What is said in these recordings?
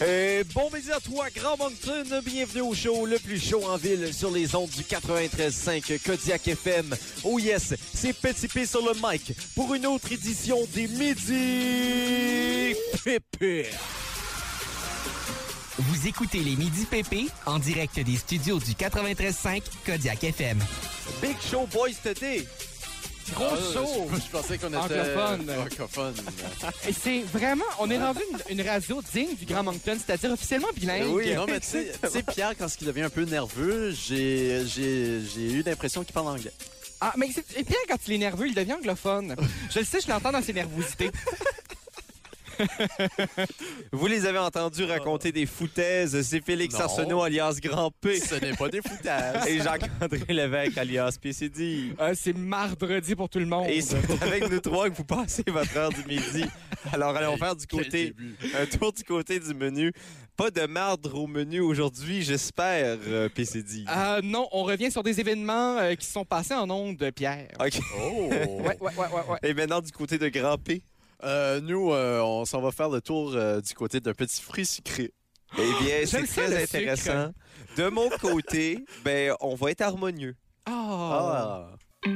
Et Euh, bon midi à toi, Grand Moncton. Bienvenue au show le plus chaud en ville sur les ondes du 93.5 Kodiak FM. Oh yes, c'est Petit P sur le mic pour une autre édition des Midi Pépé. Vous écoutez les Midi PP en direct des studios du 93.5 Kodiak FM. Big Show Boys Today. Gros Ah, show! Je, je pensais qu'on était Anglophone. francophone. Et c'est vraiment, on est rendu une, une radio digne du Grand Moncton, c'est-à-dire officiellement bilingue. Eh oui, non, mais tu sais, tu sais, Pierre, quand il devient un peu nerveux, j'ai j'ai- j'ai eu l'impression qu'il parle anglais. Ah, mais c'est et Pierre, quand il est nerveux, il devient anglophone. Je le sais, je l'entends dans ses nervosités. Vous les avez entendus raconter des foutaises. C'est Félix Non. Arsenault alias Grand P. Ce n'est pas des foutages. Et Jacques-André Lévesque alias PCD. Euh, c'est mardi pour tout le monde. Et c'est avec nous trois que vous passez votre heure du midi. Alors allons faire du Quel côté début. un tour du côté du menu. Pas de mardre au menu aujourd'hui, j'espère, euh, PCD. Ah. Euh, non, on revient sur des événements euh, qui sont passés en ondes, Pierre. OK. Oh! Ouais, ouais, ouais, ouais. ouais. Et maintenant, du côté de Grand P. Euh, nous, euh, on s'en va faire le tour euh, du côté d'un petit fruit sucré. Eh bien, c'est J'aime ça, très le intéressant. De mon côté, ben, on va être harmonieux. Ah. Ah!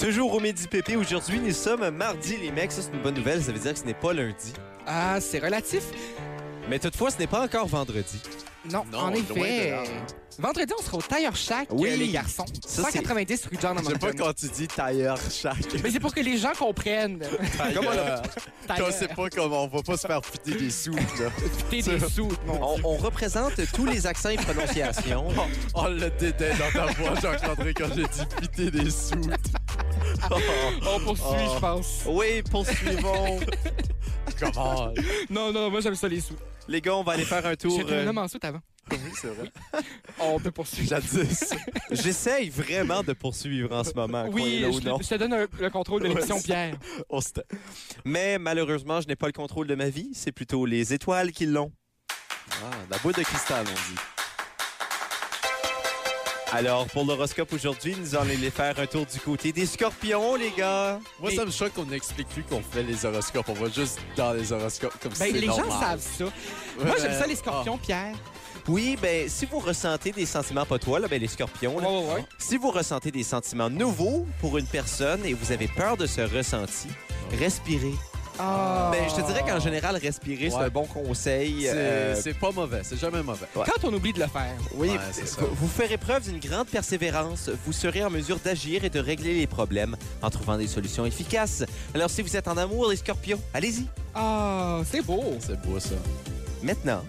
Toujours au Midi Pépé, aujourd'hui, nous sommes mardi, les mecs. Ça, c'est une bonne nouvelle. Ça veut dire que ce n'est pas lundi. Ah, c'est relatif. Mais toutefois, ce n'est pas encore vendredi. Non, Non, en loin de effet. là. hein. Vendredi, on sera au Tailleur Shack, Oui. euh, les garçons. Ça, c'est- 190 rue John à J'aime pas Moncton. quand tu dis tailleur chaque. Mais c'est pour que les gens comprennent. Comment Euh, Tailleur. Qu'on sait pas comment on va pas se faire fouiller des sous. Là. T'es des sous, mon On, on représente tous les accents et prononciations. Oh, le dédain dans ta voix, Jacques-André, quand j'ai dit piter des sous. On poursuit, Oh. je pense. Oui, poursuivons. Comment? Non, non, moi j'aime ça les sous. les gars, on va aller faire un tour. euh, J'étais un homme en soute avant. Oui, c'est vrai. On peut poursuivre. Jadis. euh, J'essaye vraiment de poursuivre en ce moment. Oui, croyez-le ou je, te- non. je te donne un- le contrôle de l'émission, Pierre. Ben, On se tait. Mais malheureusement, je n'ai pas le contrôle de ma vie. C'est plutôt les étoiles qui l'ont. Ah, la boule de cristal, on dit. Alors, pour l'horoscope aujourd'hui, nous allons aller faire un tour du côté des scorpions, les gars. Moi, Et- ça me choque qu'on n'explique plus qu'on fait les horoscopes. On va juste dans les horoscopes comme si Ben, c'est les normal. Ah, gens savent ça. Moi, j'aime ça, les scorpions, Pierre. Oui, ben, si vous ressentez des sentiments pas toi, là, ben, les scorpions, là, ouais, ouais. si vous ressentez des sentiments nouveaux pour une personne et vous avez peur de ce ressenti, respirez. Ah. Ben, je te dirais qu'en général, respirer, c'est Ouais. un bon conseil. C'est euh, c'est pas mauvais, c'est jamais mauvais. Quand on oublie de le faire. Oui, Ouais, c'est ça. vous ferez preuve d'une grande persévérance. Vous serez en mesure d'agir et de régler les problèmes en trouvant des solutions efficaces. Alors, si vous êtes en amour, les scorpions, allez-y. Ah, c'est beau. C'est beau, ça. Maintenant,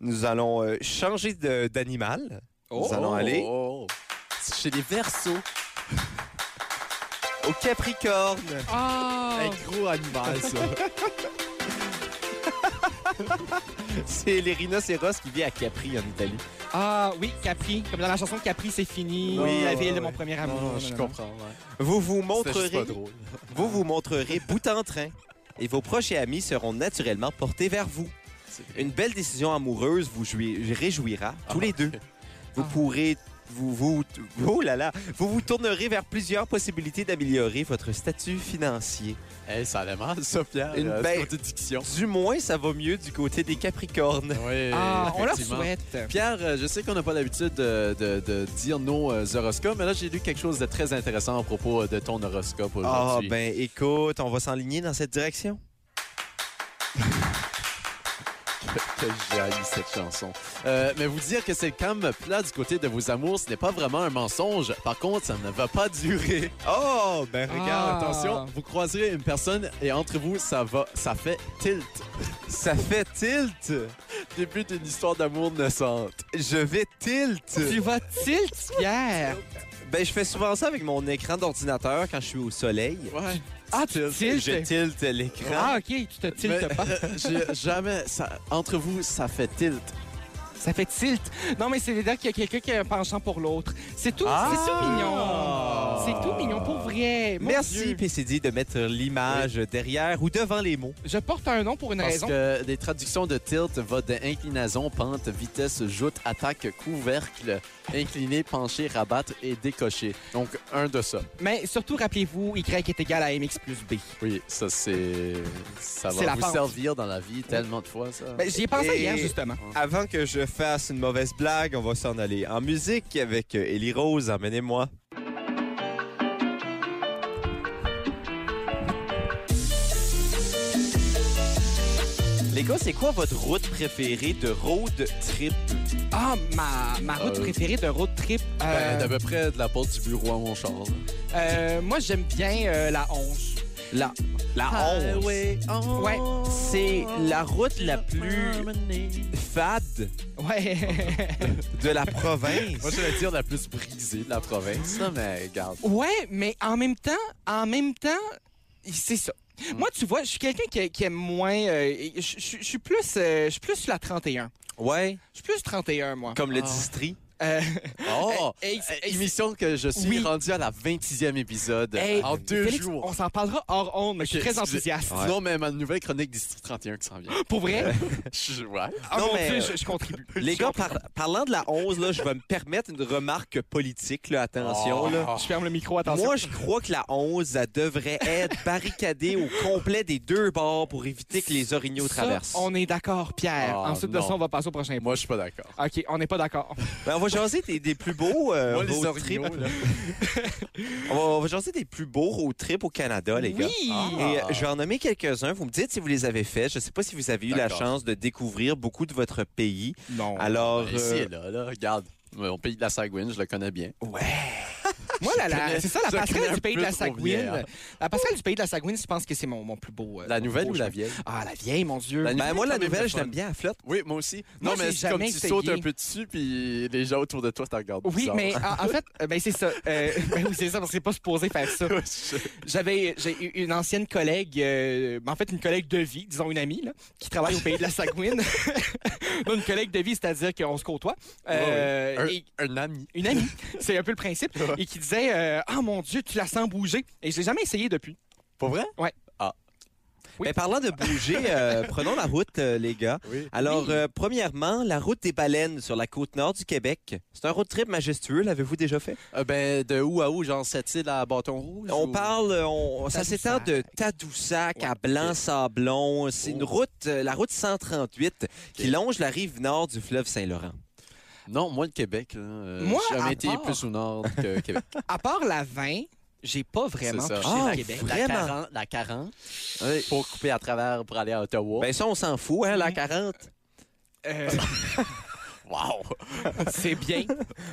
nous allons euh, changer de- d'animal. Nous allons aller oh, oh. Chez les versos. au Capricorne. Ah. Un gros animal, ça. C'est les rhinocéros qui vit à Capri, en Italie. Ah, oui, Capri. Comme dans la chanson Capri, c'est fini. Oui, la ouais, ville de ouais. mon premier amour. non, Non, je non, non. comprends. Ouais. Vous vous C'était juste pas montrerez, drôle. vous vous montrerez bout en train et vos proches et amis seront naturellement portés vers vous. C'est vrai. Une belle décision amoureuse vous joui- réjouira, Ah, tous les deux. Vous Ah. pourrez vous vous oh là là, vous vous tournerez vers plusieurs possibilités d'améliorer votre statut financier. Hey, ça allait mal, ça, Pierre. Une euh, belle- côté diction. Du moins, ça va mieux du côté des Capricornes. Oui, Ah, on leur effectivement. souhaite. Pierre, euh, je sais qu'on n'a pas l'habitude de, de- de dire nos euh, horoscopes, mais là, j'ai lu quelque chose de très intéressant à propos euh, de ton horoscope Ah aujourd'hui. ben écoute, on va s'enligner dans cette direction. Que j'ai haï cette chanson. Euh, mais vous dire que c'est quand même plat du côté de vos amours, ce n'est pas vraiment un mensonge. Par contre, ça ne va pas durer. Oh ben Regarde, Ah. attention, vous croiserez une personne et entre vous, ça va, ça fait tilt. ça fait tilt. Début d'une histoire d'amour naissante. Je vais tilt. Tu vas tilt, Pierre. Ben je fais souvent ça avec mon écran d'ordinateur quand je suis au soleil. Ouais. Ah, tu Je tiltes. tilte l'écran. Ah, ok, tu te tiltes Mais- euh, pas. J'ai jamais, ça- entre vous, ça fait tilt. Ça fait tilt. Non, mais c'est dire qu'il y a quelqu'un qui a un penchant pour l'autre. C'est tout. Ah! C'est tout mignon. C'est tout mignon pour vrai. Mon Merci, Dieu. PCD, de mettre l'image derrière ou devant les mots. Je porte un nom pour une Parce raison. que des traductions de tilt va de inclinaison, pente, vitesse, joute, attaque, couvercle, incliné, penché, rabattre et décoché. Donc, un de ça. Mais surtout, rappelez-vous, Y est égal à MX plus B. Oui, ça, c'est. Ça C'est la va vous pente. servir dans la vie tellement de fois, ça. Ben, J'y ai pensé Et- hier, justement. Avant que je fasse une mauvaise blague, on va s'en aller en musique avec euh, Ellie Rose. Emmenez-moi. Les gars, c'est quoi votre route préférée de road trip? Ah, ma, ma route Euh. préférée de road trip. Ben, euh, d'à peu près de la porte du bureau à mon char. là. euh, moi, j'aime bien euh, la 11. La, La honte. Ah, Ouais, Ah, C'est la route la plus fade ouais. de la province. Moi, je vais dire la plus brisée de la province, là, mais regarde. ouais, mais en même temps, en même temps, c'est ça. Moi, tu vois, je suis quelqu'un qui, qui aime moins. euh, je- je je suis plus, euh, je suis plus la 31. Ouais, Je suis plus 31, moi. comme le Ah. district. Euh, Oh! hey, Euh, hey, émission que je suis eh, Oui. rendu à la 26e épisode hey, en deux Félix, jours. On s'en parlera hors ondes, mais je suis Ok, très excusez. enthousiaste. Non, mais ma nouvelle chronique District 31 qui s'en vient. Pour vrai? Je- ouais. Ah, Non, mon mais, Dieu, euh, je, je contribue. Les Je gars, contribue. par- parlant de la 11, là, je vais me permettre une remarque politique, là, attention. là. Oh. Je ferme le micro, attention. Moi, je crois que la 11, elle devrait être barricadée au complet des deux bords pour éviter que les orignaux Ça, traversent. On est d'accord, Pierre. Ah, Ensuite de non. ça, on va passer au prochain point. Moi, je suis pas d'accord. OK, on n'est pas d'accord. Ben, on va jaser des, des plus beaux euh, Moi, road trips. orignaux, là. On va, on va jaser des plus beaux road trips au Canada, les gars. Oui! Ah. Et euh, je vais en nommer quelques-uns. Vous me dites si vous les avez faits. Je ne sais pas si vous avez eu la D'accord. Oh, chance de découvrir beaucoup de votre pays. Non. Alors, Ici euh, et là, là, regarde. Mon pays de la Sagouine, je le connais bien. Moi, la- la- connais- c'est ça, la je connais passerelle un du pays de peu la trop Sagouine. bien. La passerelle du pays de la Sagouine, je pense que c'est mon, mon plus beau. euh, La mon nouvelle plus ou beau la chemin. vieille? Ah, la vieille, mon Dieu. La ben, moi, la quand même nouvelle, le je fun. l'aime bien. Elle flotte. Oui, moi aussi. Moi, non, mais j'ai c'est comme jamais tu sautes essayé. un peu dessus, puis les gens autour de toi te regardent Oui, bizarre. mais en, en fait, euh, ben, c'est ça. Euh, ben oui, c'est ça, parce que c'est pas supposé faire ça. Je- J'avais j'ai eu une ancienne collègue, euh, en fait une collègue de vie, disons une amie, là, qui travaille au pays de la Sagouine. Non, une collègue de vie, c'est-à-dire qu'on se côtoie. Euh, un, et- un ami. une amie, c'est un peu le principe. Et qui disait euh, Ah mon Dieu, tu la sens bouger. Et je l'ai jamais essayé depuis. Pas vrai? Oui. Ben, parlant de bouger, euh, prenons la route, euh, les gars. Oui. Alors, euh, premièrement, la route des baleines sur la côte nord du Québec. C'est un road trip majestueux, l'avez-vous déjà fait? Euh, ben, de où à où, genre, cette île à bâton rouge? On ou- parle, euh, on- ça Tadoussac. s'étend de Tadoussac à Blanc-Sablon. C'est une Oh. route, euh, la route 138, qui Ok. longe la rive nord du fleuve Saint-Laurent. Non, moi, le Québec. là, euh, Moi, J'ai à jamais été part- plus au nord que Québec. À part la 20, j'ai pas vraiment C'est ça. touché Ah, le Québec. Vraiment? La 40, la 40, pour couper à travers pour aller à Ottawa. Ben ça, on s'en fout, hein, la 40. Euh, wow! c'est bien.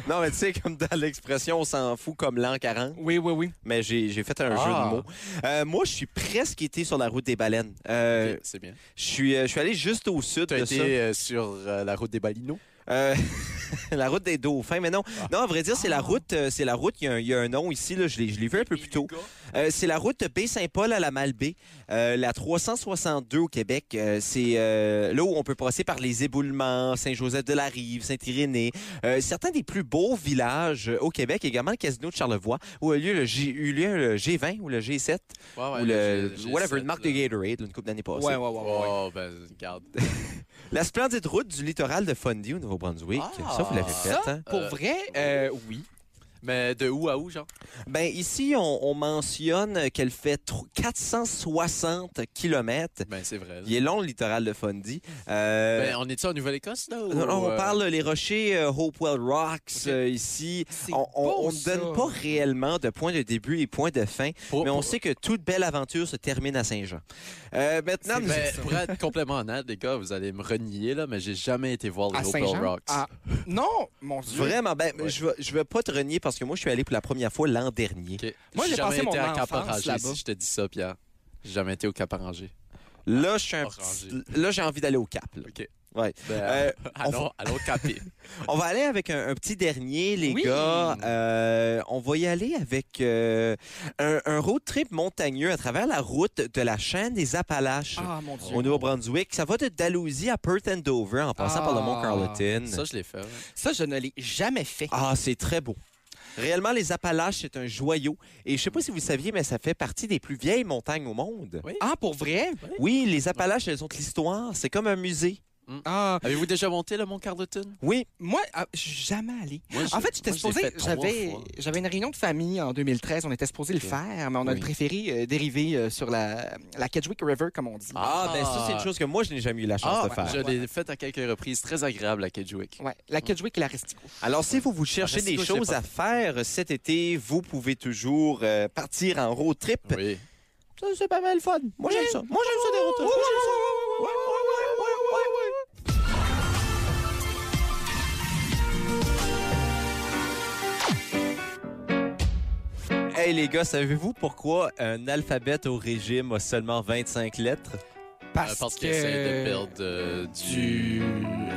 Non, mais tu sais, comme dans l'expression, on s'en fout comme l'an 40. Oui, oui, oui. Mais j'ai j'ai fait un Ah. jeu de mots. Euh, moi, je suis presque été sur la route des baleines. Euh, C'est bien. je suis euh, je suis allé juste au sud Tu as de ça. été euh, sur euh, la route des Balinos? Euh, la route des dauphins, mais non. Non, à vrai dire, c'est la route, euh, c'est la route, il y, a un- il y a un nom ici, là, je l'ai je l'ai vu un peu plus tôt. Euh, c'est la route de Baie-Saint-Paul à la Malbaie, euh, la 362 au Québec. Euh, c'est euh, là où on peut passer par les éboulements, Saint-Joseph-de-la-Rive, Saint-Irénée. Euh, certains des plus beaux villages euh, au Québec, également le casino de Charlevoix, où a lieu le, G, eu lieu le G20 ou le G7, ou le, whatever, une marque de Gatorade, là, une couple d'années passées. Ouais, ouais, ouais. ouais. Oh, ben, regarde. La splendide route du littoral de Fundy au Nouveau-Brunswick. Ah. ça, vous l'avez fait, Ça, hein? Pour Euh, vrai, euh, oui. Mais de où à où, genre? Ben ici, on, on mentionne qu'elle fait tro- 460 kilomètres. Ben, c'est vrai. là. Il est long, le littoral de Fundy. Euh, Ben, on est-tu en Nouvelle-Écosse, là? ou, non, non, on euh, parle les rochers euh, Hopewell Rocks Ok. euh, ici. C'est On- beau, On ne ça. donne pas réellement de point de début et point de fin, pour- mais on pour- sait que toute belle aventure se termine à Saint-Jean. Euh, maintenant, nous- Ben, pour être complètement honnête, les gars, vous allez me renier, là, mais j'ai jamais été voir les À Opal Saint-Jean. Rocks. Ah, non, mon Dieu. vraiment, ben, Ouais. je ne vais, je vais pas te renier parce que moi, je suis allé pour la première fois l'an dernier. Ok. Moi, j'ai jamais passé mon été à enfance Cap-Orangé, là-bas. si je te dis ça, Pierre. J'ai jamais été au Cap-Orangé. Là, je suis un Orangé. petit- là, j'ai envie d'aller au Cap. là. OK. Ouais. Ben, Euh, allons, allons caper. On va aller avec un, un petit dernier, les Oui. gars. Euh, on va y aller avec euh, un, un road trip montagneux à travers la route de la chaîne des Appalaches. Ah, mon Dieu. Au Nouveau-Brunswick, ça va de Dalhousie à Perth and Dover en passant Ah. par le Mont Carleton. Ça, je l'ai fait. ouais. Ah. Ça, je ne l'ai jamais fait. Ah, c'est très beau. Réellement, les Appalaches, c'est un joyau. Et je sais pas si vous le saviez, mais ça fait partie des plus vieilles montagnes au monde. Oui. Ah, pour vrai? Oui, les Appalaches, elles ont de l'histoire. C'est comme un musée. Ah, Avez-vous déjà monté le Mont Carleton? Oui, moi, ah, je suis jamais allé. Moi, En je- fait, j'étais moi, je l'ai supposé. fait trois J'avais, fois. j'avais une réunion de famille en 2013. On était supposé le faire, mais on a Oui. préféré euh, dériver euh, sur la, la Kedgewick River, comme on dit. Ah, ben ça, c'est une chose que moi, je n'ai jamais eu la chance Ah, ben, de faire. je l'ai fait à quelques reprises. Très agréable à Kedgewick. Ouais, la Kedgewick et la Restico. Alors, si vous vous cherchez Ah, des Restico, je l'ai choses pas à faire cet été, vous pouvez toujours euh, partir en road trip. Oui. Ça, C'est pas mal fun. Moi, j'aime ça. Moi, j'aime ça, des road trips. Moi, j'aime ça. Ouais, ouais, ouais, ouais, ouais, ouais. Hey les gars, savez-vous pourquoi un alphabet au régime a seulement 25 lettres? Euh, Parce qu'il essaie de perdre euh, du...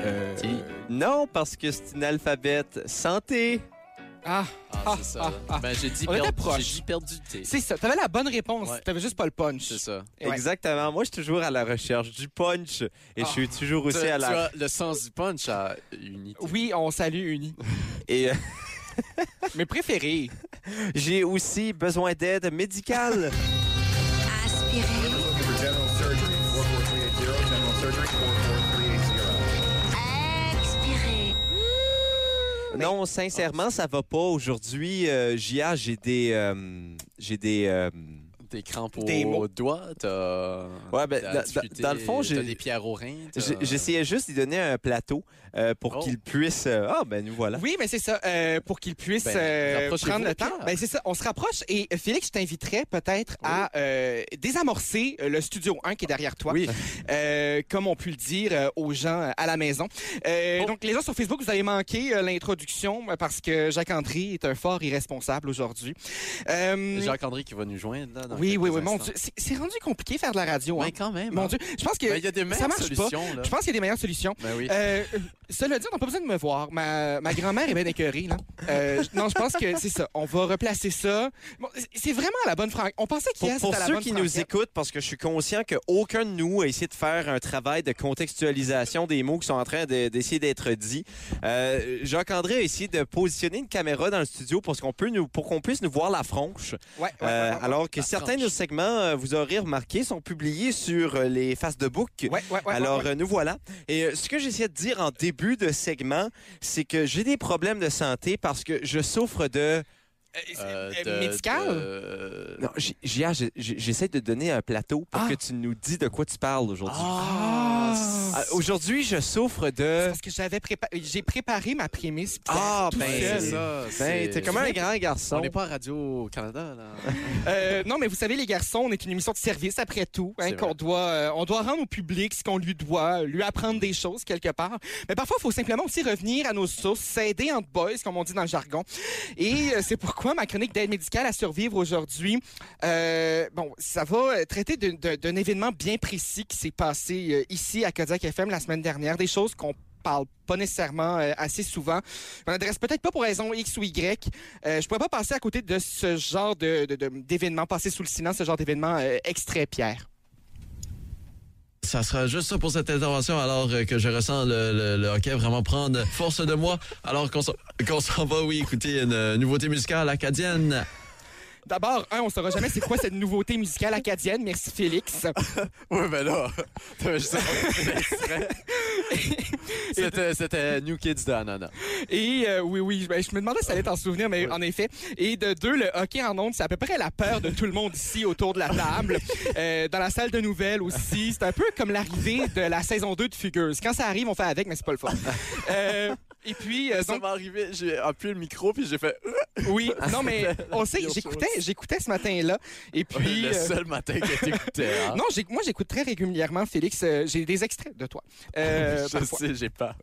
euh, Ti. Non, parce que c'est un alphabet santé. Ah, Ah, c'est ça. ah, ah. Ben, j'ai dit, On était perdre- proche. j'ai dit perdre du thé. c'est ça. T'avais la bonne réponse. Ouais. T'avais juste pas le punch. C'est ça. Ouais. Exactement. Moi, je suis toujours à la recherche du punch. Et je suis toujours Tu, aussi à tu la... as le sens du punch à Unité. Oui, on salue Uni. Et euh, Mes préférés. j'ai aussi besoin d'aide médicale. Aspirer, Looking for general surgery. 44380, general surgery, 44380. expirer. Non, sincèrement, ça va pas. Aujourd'hui, euh, JA, j'ai des... euh, j'ai des... euh, Des crampes Des mots. aux doigts, t'as... Ouais, ben, t'as dans- discuté, dans le fond, j'ai- T'as des pierres aux reins. t'as- j'ai- J'essayais juste d'y donner un plateau euh, pour Oh. qu'il puisse... euh, Ah, ben nous voilà. Oui, mais c'est ça. euh, pour qu'ils puissent Ben, euh, rapprochez-vous, prendre le temps. Pierre. Ben, c'est ça. On se rapproche. Et euh, Félix, je t'inviterais peut-être à euh, désamorcer euh, le studio 1 qui est derrière toi. Oui. Euh, comme on peut le dire euh, aux gens euh, à la maison. Euh, Oh. Donc, les gens sur Facebook, vous avez manqué euh, l'introduction euh, parce que Jacques André est un fort irresponsable aujourd'hui. Euh, Jacques-André qui va nous joindre, là, dans oui, quelques oui, oui, mon instants. Dieu. C'est- C'est rendu compliqué faire de la radio. hein. Ben, quand même. Mon hein. Dieu. Je pense que. Ben, il y a des meilleures marche pas. solutions, là. Je pense qu'il y a des meilleures solutions. Ben oui. Euh, euh, cela dit, on n'a pas besoin de me voir. Ma, ma grand-mère est bien écœurée, là. Euh, j- non, je pense que c'est ça. On va replacer ça. Bon, c- c'est vraiment la bonne franquette. On pensait qu'il Pour, y a pour la ceux bonne qui nous franquette. écoutent, parce que je suis conscient qu'aucun de nous a essayé de faire un travail de contextualisation des mots qui sont en train de- d'essayer d'être dits. Euh, Jacques-André a essayé de positionner une caméra dans le studio pour ce qu'on peut nous, pour qu'on puisse nous voir la franche. Ouais, ouais, ouais, Euh, ouais. alors que la certains de nos franche. segments, euh, vous aurez remarqué, sont publiés sur euh, les faces de book. Ouais, ouais, ouais, Alors, ouais, ouais. euh, nous voilà. Et euh, ce que j'essayais de dire en début de segment, c'est que j'ai des problèmes de santé parce que je souffre de... Euh, Euh, de- médical? de- Non, j'ai- j'ai- j'ai- j'essaie de donner un plateau pour Ah. que tu nous dis de quoi tu parles aujourd'hui. Ah. Ah, Aujourd'hui, je souffre C'est de... parce que j'avais prépa- j'ai préparé ma prémisse. Pierre, Ah, tout ben, Ouais, seul. c'est ça. Ben, c'est- t'es comme un grand On garçon. n'est pas à Radio-Canada, là. Euh, non, mais vous savez, les garçons, on est une émission de service après tout. hein, C'est qu'on vrai. doit, euh, on doit rendre au public ce qu'on lui doit, lui apprendre des choses quelque part. Mais parfois, il faut simplement aussi revenir à nos sources, s'aider entre boys, comme on dit dans le jargon. Et euh, c'est pourquoi ma chronique d'aide médicale à survivre aujourd'hui, euh, bon, ça va euh, traiter d'un- d'un d'un événement bien précis qui s'est passé euh, ici à Kodiak FM la semaine dernière, des choses qu'on parle pas nécessairement euh, assez souvent. On n'adresse peut-être pas pour raison X ou Y, euh, je pourrais pas passer à côté de ce genre de, de- de- d'événement, passer sous le silence, ce genre d'événement euh, extrait, Pierre. Ça sera juste ça pour cette intervention, alors euh, que je ressens le, le, le hockey vraiment prendre force de moi, alors qu'on s'en qu'on s'en va, oui, écouter une euh, nouveauté musicale acadienne. D'abord, un, on saura jamais c'est quoi cette nouveauté musicale acadienne. Merci, Félix. ouais, ben là, t'avais juste un extrait. C'était- C'était New Kids de Anana. Et euh, oui, oui, ben, je me demandais si ça allait t'en souvenir, mais en effet. Et de deux, le hockey en ondes, c'est à peu près la peur de tout le monde ici autour de la table. Euh, dans la salle de nouvelles aussi. C'est un peu comme l'arrivée de la saison 2 de Fugueuse. Quand ça arrive, on fait avec, mais c'est pas le fun. Euh, et puis, euh, Ça donc, m'est arrivé, j'ai appuyé le micro puis j'ai fait euh, oui, non, mais on sait, pire j'écoutais, j'écoutais ce matin-là. Et puis. le euh, seul matin que t'écoutais. hein. Non, j'ai- moi, j'écoute très régulièrement, Félix. Euh, j'ai des extraits de toi. Euh, je parfois. sais, j'ai pas.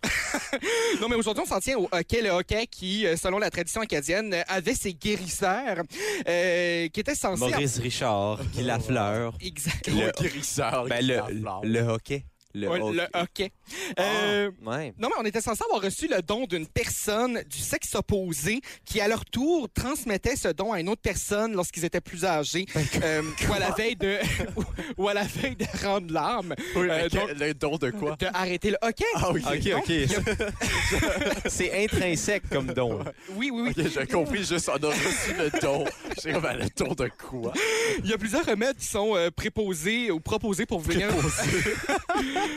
Non, mais aujourd'hui, on s'en tient au hockey, le hockey qui, euh, selon la tradition acadienne, euh, avait ses guérisseurs euh, qui étaient censés... Maurice Richard, qui la fleur. Exact. Le guérisseur. Ben, qui le, t'en parle. le hockey. Ah. Le Ouais, Hulk. le hockey. Euh, Ouais. Non, mais on était censé avoir reçu le don d'une personne du sexe opposé qui, à leur tour, transmettait ce don à une autre personne lorsqu'ils étaient plus âgés euh, ou, à la veille de, ou- ou à la veille de rendre l'âme, euh, donc, le don de quoi? de arrêter le hockey. OK, Donc, il y a- OK. C'est intrinsèque comme don. oui, oui, oui. Ok, j'ai compris juste, on a reçu le don. J'ai comme, le don de quoi? Il y a plusieurs remèdes qui sont euh, préposés ou proposés pour venir,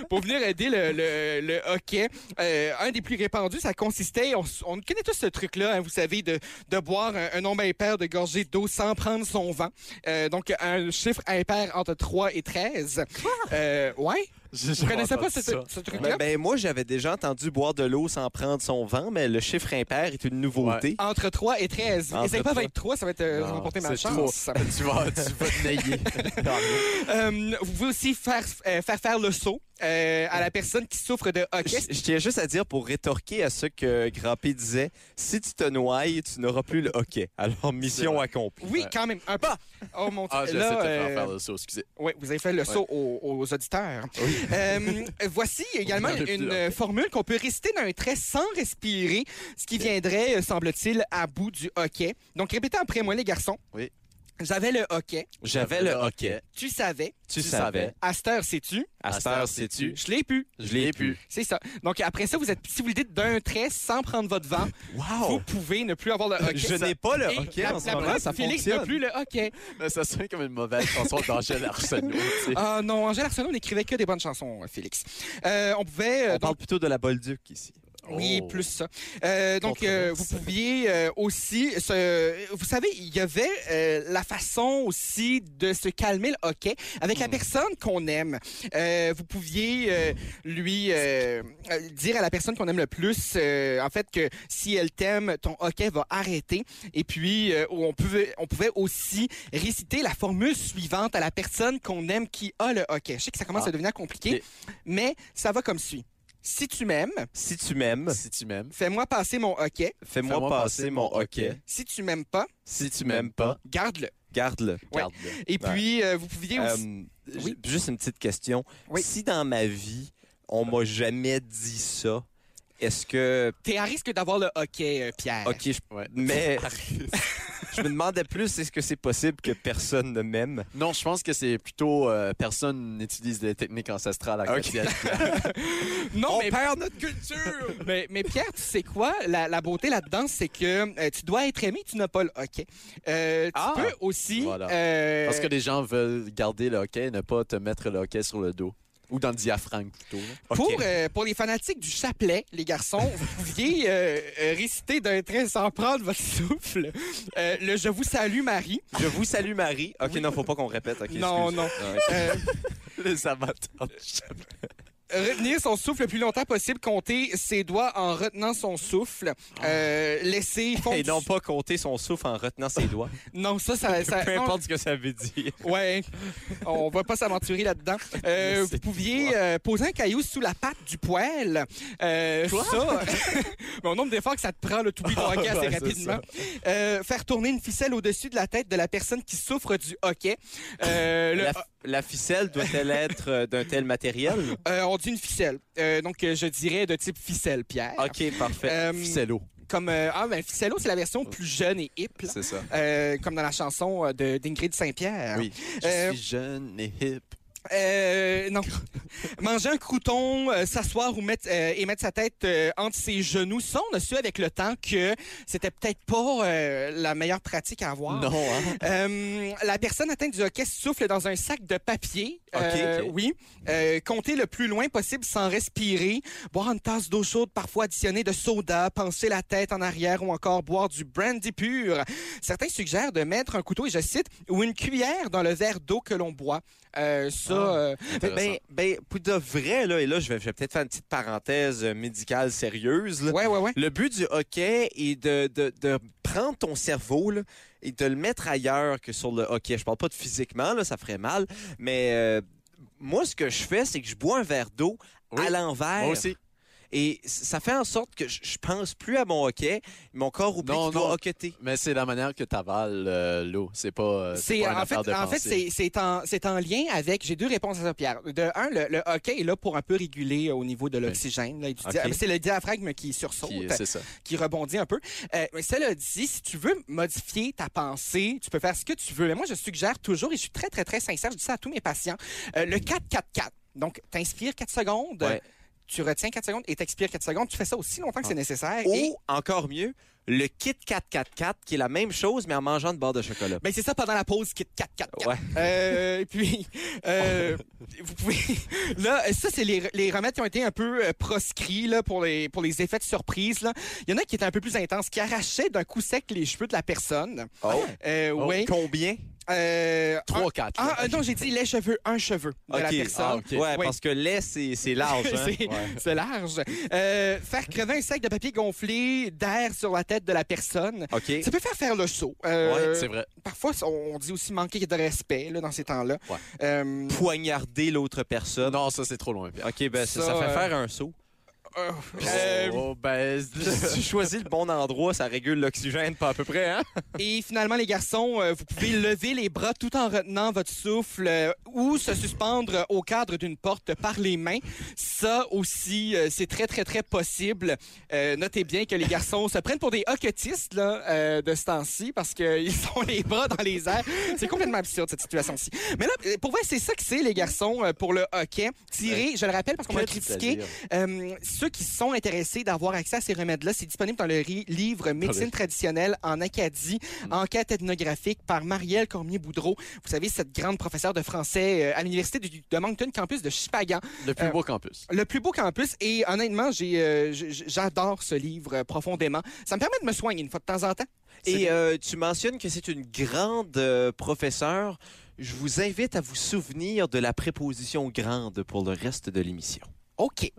pour venir aider le, le- le hockey. Euh, un des plus répandus, ça consistait, on, s- on connaît tous ce truc-là, hein, vous savez, de, de boire un, un nombre impair de gorgées d'eau sans prendre son vent. Euh, donc, un chiffre impair entre 3 et 13. Euh, ouais? Vous connaissez pas ce, ce Ben, truc-là? ben, moi, j'avais déjà entendu boire de l'eau sans prendre son vent, mais le chiffre impair est une nouveauté. Entre 3 et 13. Entre Essaye pas trois. Ah, 23, ça va te euh, Non, remporter ma c'est chance. tu vas, tu vas te nailler. Euh, vous pouvez aussi faire euh, faire, faire le saut euh, à la personne qui souffre de hockey. Je je tiens juste à dire pour rétorquer à ce que Grampé disait, si tu te noies, tu n'auras plus le hockey. Alors, mission accomplie. Oui, Ouais. quand même. Un pas. Oh mon dieu. Ah, je sais Là, te faire euh, faire le saut, excusez. ouais, vous avez fait le saut aux, aux auditeurs. Euh, voici également Non, j'ai plus une de- euh, formule qu'on peut réciter d'un trait sans respirer, ce qui viendrait, euh, semble-t-il, à bout du hockey. Donc, répétez après moi, les garçons. Oui. J'avais le hockey. J'avais le hockey. Tu savais. Tu savais. À cette heure, sais-tu? À cette heure, sais-tu? Je l'ai pu. Je l'ai pu. C'est ça. Donc, après ça, vous êtes, si vous le dites d'un trait sans prendre votre vent, vous Wow! Euh, pouvez ne plus avoir le hockey. Oh. Je n'ai pas le Et hockey la, en ce la moment, preuve, ça Félix n'a fonctionne. plus le hockey. Mais Ça sonne comme une mauvaise chanson d'Angèle Arsenault. tu sais. Ah non, Angèle Arsenault n'écrivait que des bonnes chansons, euh, Félix. Euh, on pouvait... euh, On donc- parle plutôt de la Bolduc ici. Oui, Oh. plus ça. Euh, donc, euh, vous pouviez euh, aussi... se- Vous savez, il y avait euh, la façon aussi de se calmer le hockey avec Hmm. la personne qu'on aime. Euh, vous pouviez euh, lui euh, euh, dire à la personne qu'on aime le plus, euh, en fait, que si elle t'aime, ton hockey va arrêter. Et puis, euh, on, pouvait, on pouvait aussi réciter la formule suivante à la personne qu'on aime qui a le hockey. Je sais que ça commence Ah. à devenir compliqué, mais ça va comme suit. Si tu m'aimes, Si tu m'aimes, Ah. Si tu m'aimes, fais-moi passer mon hockey. fais-moi passer mon hockey. Si tu m'aimes pas, si tu Tu m'aimes pas, garde-le. garde-le. Ouais. garde-le. Et Ouais. puis, euh, vous pouviez aussi... Ben, Euh, j- Oui. Juste une petite question. Oui. Si dans ma vie, on m'a jamais dit ça, est-ce que. T'es à risque d'avoir le hockey, euh, Pierre. Ok, je- Ouais. mais. je me demandais plus, est-ce que c'est possible que personne ne m'aime? Non, je pense que c'est plutôt euh, personne n'utilise les techniques ancestrales à Katiak. Non, mais perd notre culture! Mais, mais Pierre, tu sais quoi? La, la beauté là-dedans, c'est que euh, tu dois être aimé, tu n'as pas le hockey. Euh, tu Ah! peux aussi... Voilà. euh, Parce que les gens veulent garder le hockey et ne pas te mettre le hockey sur le dos. Ou dans le diaphragme plutôt. là. Pour, euh, pour les fanatiques du chapelet, les garçons, vous pouviez euh, euh, réciter d'un trait sans prendre votre souffle euh, le « Je vous salue, Marie Je vous salue, Marie. Ok, non, faut pas qu'on répète. ok, Non, excuse. Ah non. Euh, Les amateurs. retenir son souffle le plus longtemps possible, compter ses doigts en retenant son souffle, euh, laisser fondre... Et non pas compter son souffle en retenant ses doigts. Non, ça, ça... ça Peu non, importe ce que ça veut dire. Ouais, on va pas s'aventurer là-dedans. Euh, Mais c'est vous pouviez euh, poser un caillou sous la patte du poêle. Euh, ça, mais au nombre d'efforts que ça te prend, le tout Ah, ton hockey assez ouais, c'est rapidement. Euh, faire tourner une ficelle au-dessus de la tête de la personne qui souffre du hockey. Euh, le- La, la ficelle doit-elle être euh, d'un tel matériel? euh, on dit une ficelle. Euh, donc, euh, je dirais de type ficelle, Pierre. Ok, parfait. Euh, Ficello, comme euh, ah ben Ficello, c'est la version plus jeune et hip, là. c'est ça. Euh, comme dans la chanson euh, de d'Ingrid Saint-Pierre. Oui. Je Euh, suis jeune et hip. Euh, non. Manger un crouton, euh, s'asseoir ou mettre euh, et mettre sa tête euh, entre ses genoux, ça on a su avec le temps que c'était peut-être pas euh, la meilleure pratique à avoir. Non, hein? Euh, la personne atteinte du hockey souffle dans un sac de papier. Ok, Euh, ok. Oui. Euh, compter le plus loin possible sans respirer. Boire une tasse d'eau chaude, parfois additionnée de soda. Penser la tête en arrière ou encore boire du brandy pur. Certains suggèrent de mettre un couteau, et je cite, ou une cuillère dans le verre d'eau que l'on boit. Euh, ça, Ah. euh, Intéressant. Ben, ben, pour de vrai, là, et là, je vais, je vais peut-être faire une petite parenthèse euh, médicale sérieuse. là. ouais, ouais, ouais. Le but du hockey est de, de- de prendre ton cerveau là, et de le mettre ailleurs que sur le hockey. Je parle pas de physiquement, là, ça ferait mal, mais euh, moi, ce que je fais, c'est que je bois un verre d'eau Oui. à l'envers. Moi aussi. Et c- ça fait en sorte que je je pense plus à mon hockey. Mon corps oublie Non, qu'il doit non. hockeyter. Mais c'est la manière que t'avales euh, l'eau. C'est pas, euh, c'est C'est pas une en fait, affaire de en fait, pensée. c'est c'est en c'est en lien avec. J'ai deux réponses à ça, Pierre. De un, le, le hockey est là pour un peu réguler euh, au niveau de l'oxygène. là, et du Ok. dia- C'est le diaphragme qui sursaute, Qui- qui, c'est ça. rebondit un peu. Euh, mais cela dit, si tu veux modifier ta pensée, tu peux faire ce que tu veux. Mais moi, je suggère toujours, et je suis très très très sincère, je dis ça à tous mes patients, euh, le 4-4-4. Donc, t'inspires 4 secondes. Ouais. Ah. Tu retiens 4 secondes et t'expires 4 secondes. Tu fais ça aussi longtemps que c'est nécessaire. Et Ou, encore mieux, le kit 444, qui est la même chose, mais en mangeant de barre de chocolat. Ben, c'est ça pendant la pause qui est 4 4 4. Ouais. Euh, et puis euh, vous pouvez là ça c'est les, les remèdes qui ont été un peu euh, proscrits là pour les pour les effets de surprise là. Il y en a qui étaient un peu plus intenses qui arrachaient d'un coup sec les cheveux de la personne. Oh. Euh, ben. oui. Combien? Euh, un- 3-4. ah euh, non, j'ai dit les cheveux, un cheveu de la Ok. personne. Ah, ok. Ouais, Oui. parce que lait, c'est c'est large. hein? C'est- Ouais. C'est large. Euh, faire crever un sac de papier gonflé d'air sur la tête de la personne. OK. Ça peut faire faire le saut. Euh, Ouais, c'est vrai. parfois, on on dit aussi manquer de respect là, dans ces temps-là. Ouais. Euh, Poignarder l'autre personne. Non, ça, c'est trop loin. Pierre. OK, ben ça, Ça, ça fait euh, faire un saut. euh, euh, Oh, ben, si tu choisis le bon endroit, ça régule l'oxygène pas à peu près, hein? et finalement, les garçons, euh, vous pouvez lever les bras tout en retenant votre souffle euh, ou se suspendre au cadre d'une porte par les mains. Ça aussi, euh, c'est très, très, très possible. Euh, notez bien que les garçons se prennent pour des hockeytistes là, euh, de ce temps-ci parce qu'ils ont les bras dans les airs. C'est complètement absurde, cette situation-ci. Mais là, euh, pour vrai, c'est ça que c'est, les garçons, euh, pour le hockey. Tirer, je le rappelle, parce qu'on va critiquer Euh, ceux qui sont intéressés d'avoir accès à ces remèdes-là, c'est disponible dans le ri- Mm. livre Médecine traditionnelle en Acadie, enquête ethnographique par Marielle Cormier-Boudreau. Vous savez, cette grande professeure de français euh, à l'université du- de Moncton, campus de Chipagan. Le plus Euh, beau campus. Le plus beau campus. Et honnêtement, j'ai, euh, j- j- j'adore ce livre euh, profondément. Ça me permet de me soigner une fois de temps en temps. Et euh, tu mentionnes que c'est une grande euh, professeure. Je vous invite à vous souvenir de la préposition grande pour le reste de l'émission. OK.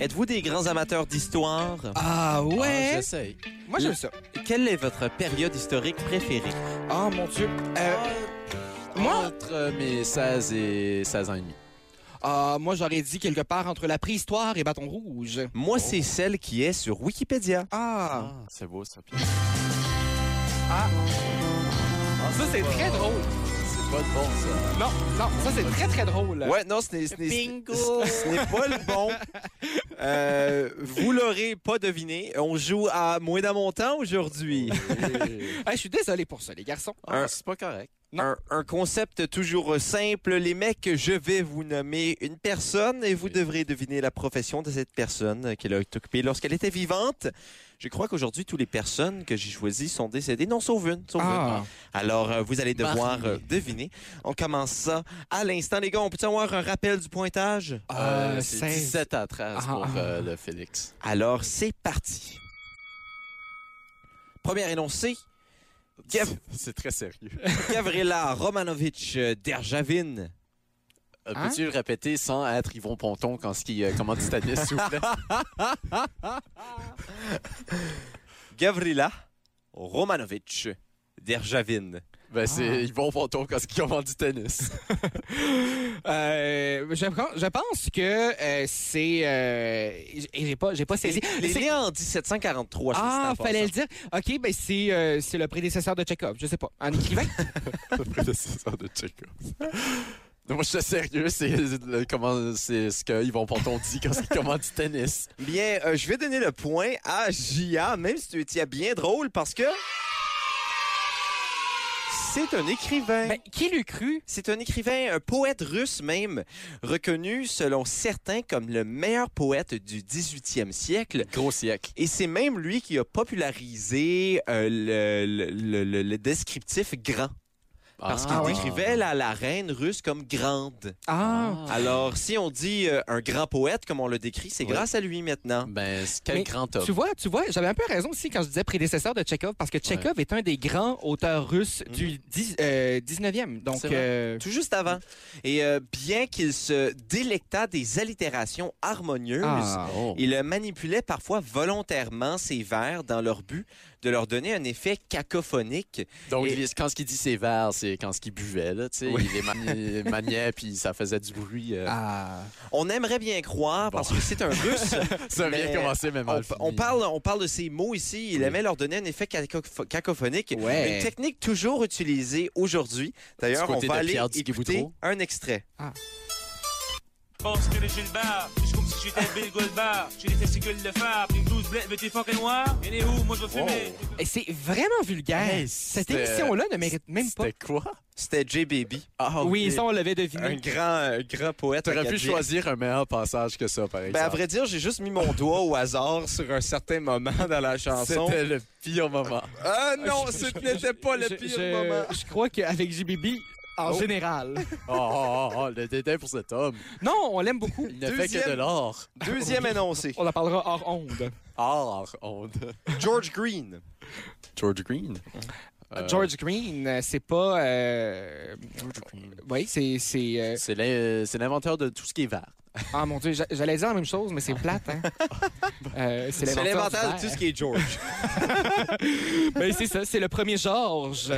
Êtes-vous des grands amateurs d'histoire? Ah Ah, ouais? J'essaye. Moi, j'aime ça. Quelle est votre période historique préférée? Ah mon Dieu. Euh, moi, Entre mes 16 et 16 ans et demi. ah, moi, j'aurais dit quelque part entre la préhistoire et Bâton Rouge. Moi, c'est celle qui est sur Wikipédia. Ah. C'est beau, ça. Ah, Ça, c'est très drôle. C'est pas de bon, ça. Non, non, ça, c'est très, très drôle. Ouais, non, ce n'est ce n'est- ce- ce n'est pas le bon. Euh, vous l'aurez pas deviné. On joue à moins d'un montant aujourd'hui. Ah, je suis désolé pour ça, les garçons. Ah, c'est pas correct. Un, un concept toujours simple. Les mecs, je vais vous nommer une personne et vous Oui. devrez deviner la profession de cette personne euh, qu'elle a occupée lorsqu'elle était vivante. Je crois qu'aujourd'hui, toutes les personnes que j'ai choisies sont décédées, non, sauf une. sauf une. Ah. Alors, euh, vous allez devoir Marie. euh, deviner. On commence ça à l'instant. Les gars, on peut avoir un rappel du pointage? Euh, c'est 16. 17 à 13 Ah, pour ah. euh, le Félix. Alors, c'est parti. Première énoncé. Gav- C'est très sérieux. Gavrila Romanovitch euh, Derjavin. Euh, Hein? Peux-tu le répéter sans être Yvon Ponton quand ce qui euh, commande s'il vous plaît? Gavrila Romanovitch Derjavin. Ben, c'est Ah. Yvon Ponton quand ce qui commande du tennis. Euh, je, pense- je pense que euh, c'est. euh, j- et j'ai pas, j'ai pas saisi. Il est C'est- né en 1743. je sais Ah, si c'est en fallait le passant. dire. OK, ben c'est euh, c'est le prédécesseur de Chekhov, je sais pas. Un écrivain? le prédécesseur de Chekhov. Non, Moi, je suis sérieux, c'est le- comment- c'est ce que Yvon Ponton dit quand il commande du tennis. Bien, euh, je vais donner le point à Gia, même si tu étais bien drôle, parce que... C'est un écrivain. ben, qui l'eût cru? C'est un écrivain, un poète russe même, reconnu selon certains comme le meilleur poète du 18e siècle. Gros siècle. Et c'est même lui qui a popularisé euh, le, le- le- le- le descriptif grand. Parce qu'il Ah ouais? décrivait la, la reine russe comme grande. Ah. Alors, si on dit euh, un grand poète, comme on le décrit, c'est Ouais. grâce à lui maintenant. Ben, c'est quel Mais grand homme. Tu vois, tu vois, j'avais un peu raison aussi quand je disais prédécesseur de Chekhov, parce que Chekhov est un des grands auteurs russes Mm-hmm. du dix- euh, 19e. Donc, C'est vrai. euh, Tout juste avant. Et euh, bien qu'il se délectât des allitérations harmonieuses, ah. Oh. Il manipulait parfois volontairement ses vers dans leur but de leur donner un effet cacophonique. Donc, Et- il- quand ce qu'il dit c'est vert, c'est quand ce qu'il buvait, là, tu sais. Il les mani- maniait, puis ça faisait du bruit. euh. Ah. On aimerait bien croire, parce que c'est un russe, ça a bien mais commencé, mais on, mal on fini. parle, on parle de ces mots ici. Il aimait leur donner un effet caco- cacophonique. Ouais. Une technique toujours utilisée aujourd'hui. D'ailleurs, Du on côté va de aller Pierre Dicky écouter Boutreau. un extrait. pense que le Gilbert, je suis comme si j'étais Bill Goldberg. J'ai des testicules de fer, puis une blouse bleu, mais t'es fucking noir. Et les où, moi je veux fumer. Et c'est vraiment vulgaire. Hey, Cette c'était- émission-là ne mérite même pas. C'était quoi? C'était J-Baby, Ah, ok. Oui, ça, on l'avait un deviné. grand, un grand poète. T'aurais pu acadien. choisir un meilleur passage que ça, par Ben, à exemple. vrai dire, j'ai juste mis mon doigt au hasard sur un certain moment dans la chanson. C'était le pire moment. Ah non, ce n'était pas le Je- pire je- moment. Je crois qu'avec JBB, en Oh. général. Oh, oh, oh, oh, le dédain pour cet homme. Non, on l'aime beaucoup. Il ne fait que Deuxième- de l'or. Deuxième annoncé, On en parlera hors onde. Or, onde. George Green. George Green. Euh, George Green, euh, c'est pas. euh, Oui, c'est. c'est, euh, C'est l'in- c'est l'inventeur de tout ce qui est vert. Ah mon Dieu, j'a- j'allais dire la même chose, mais c'est plate. Hein? Euh, c'est C'est l'inventaire l'inventaire de tout ce qui est George. Ben, c'est ça, c'est le premier George.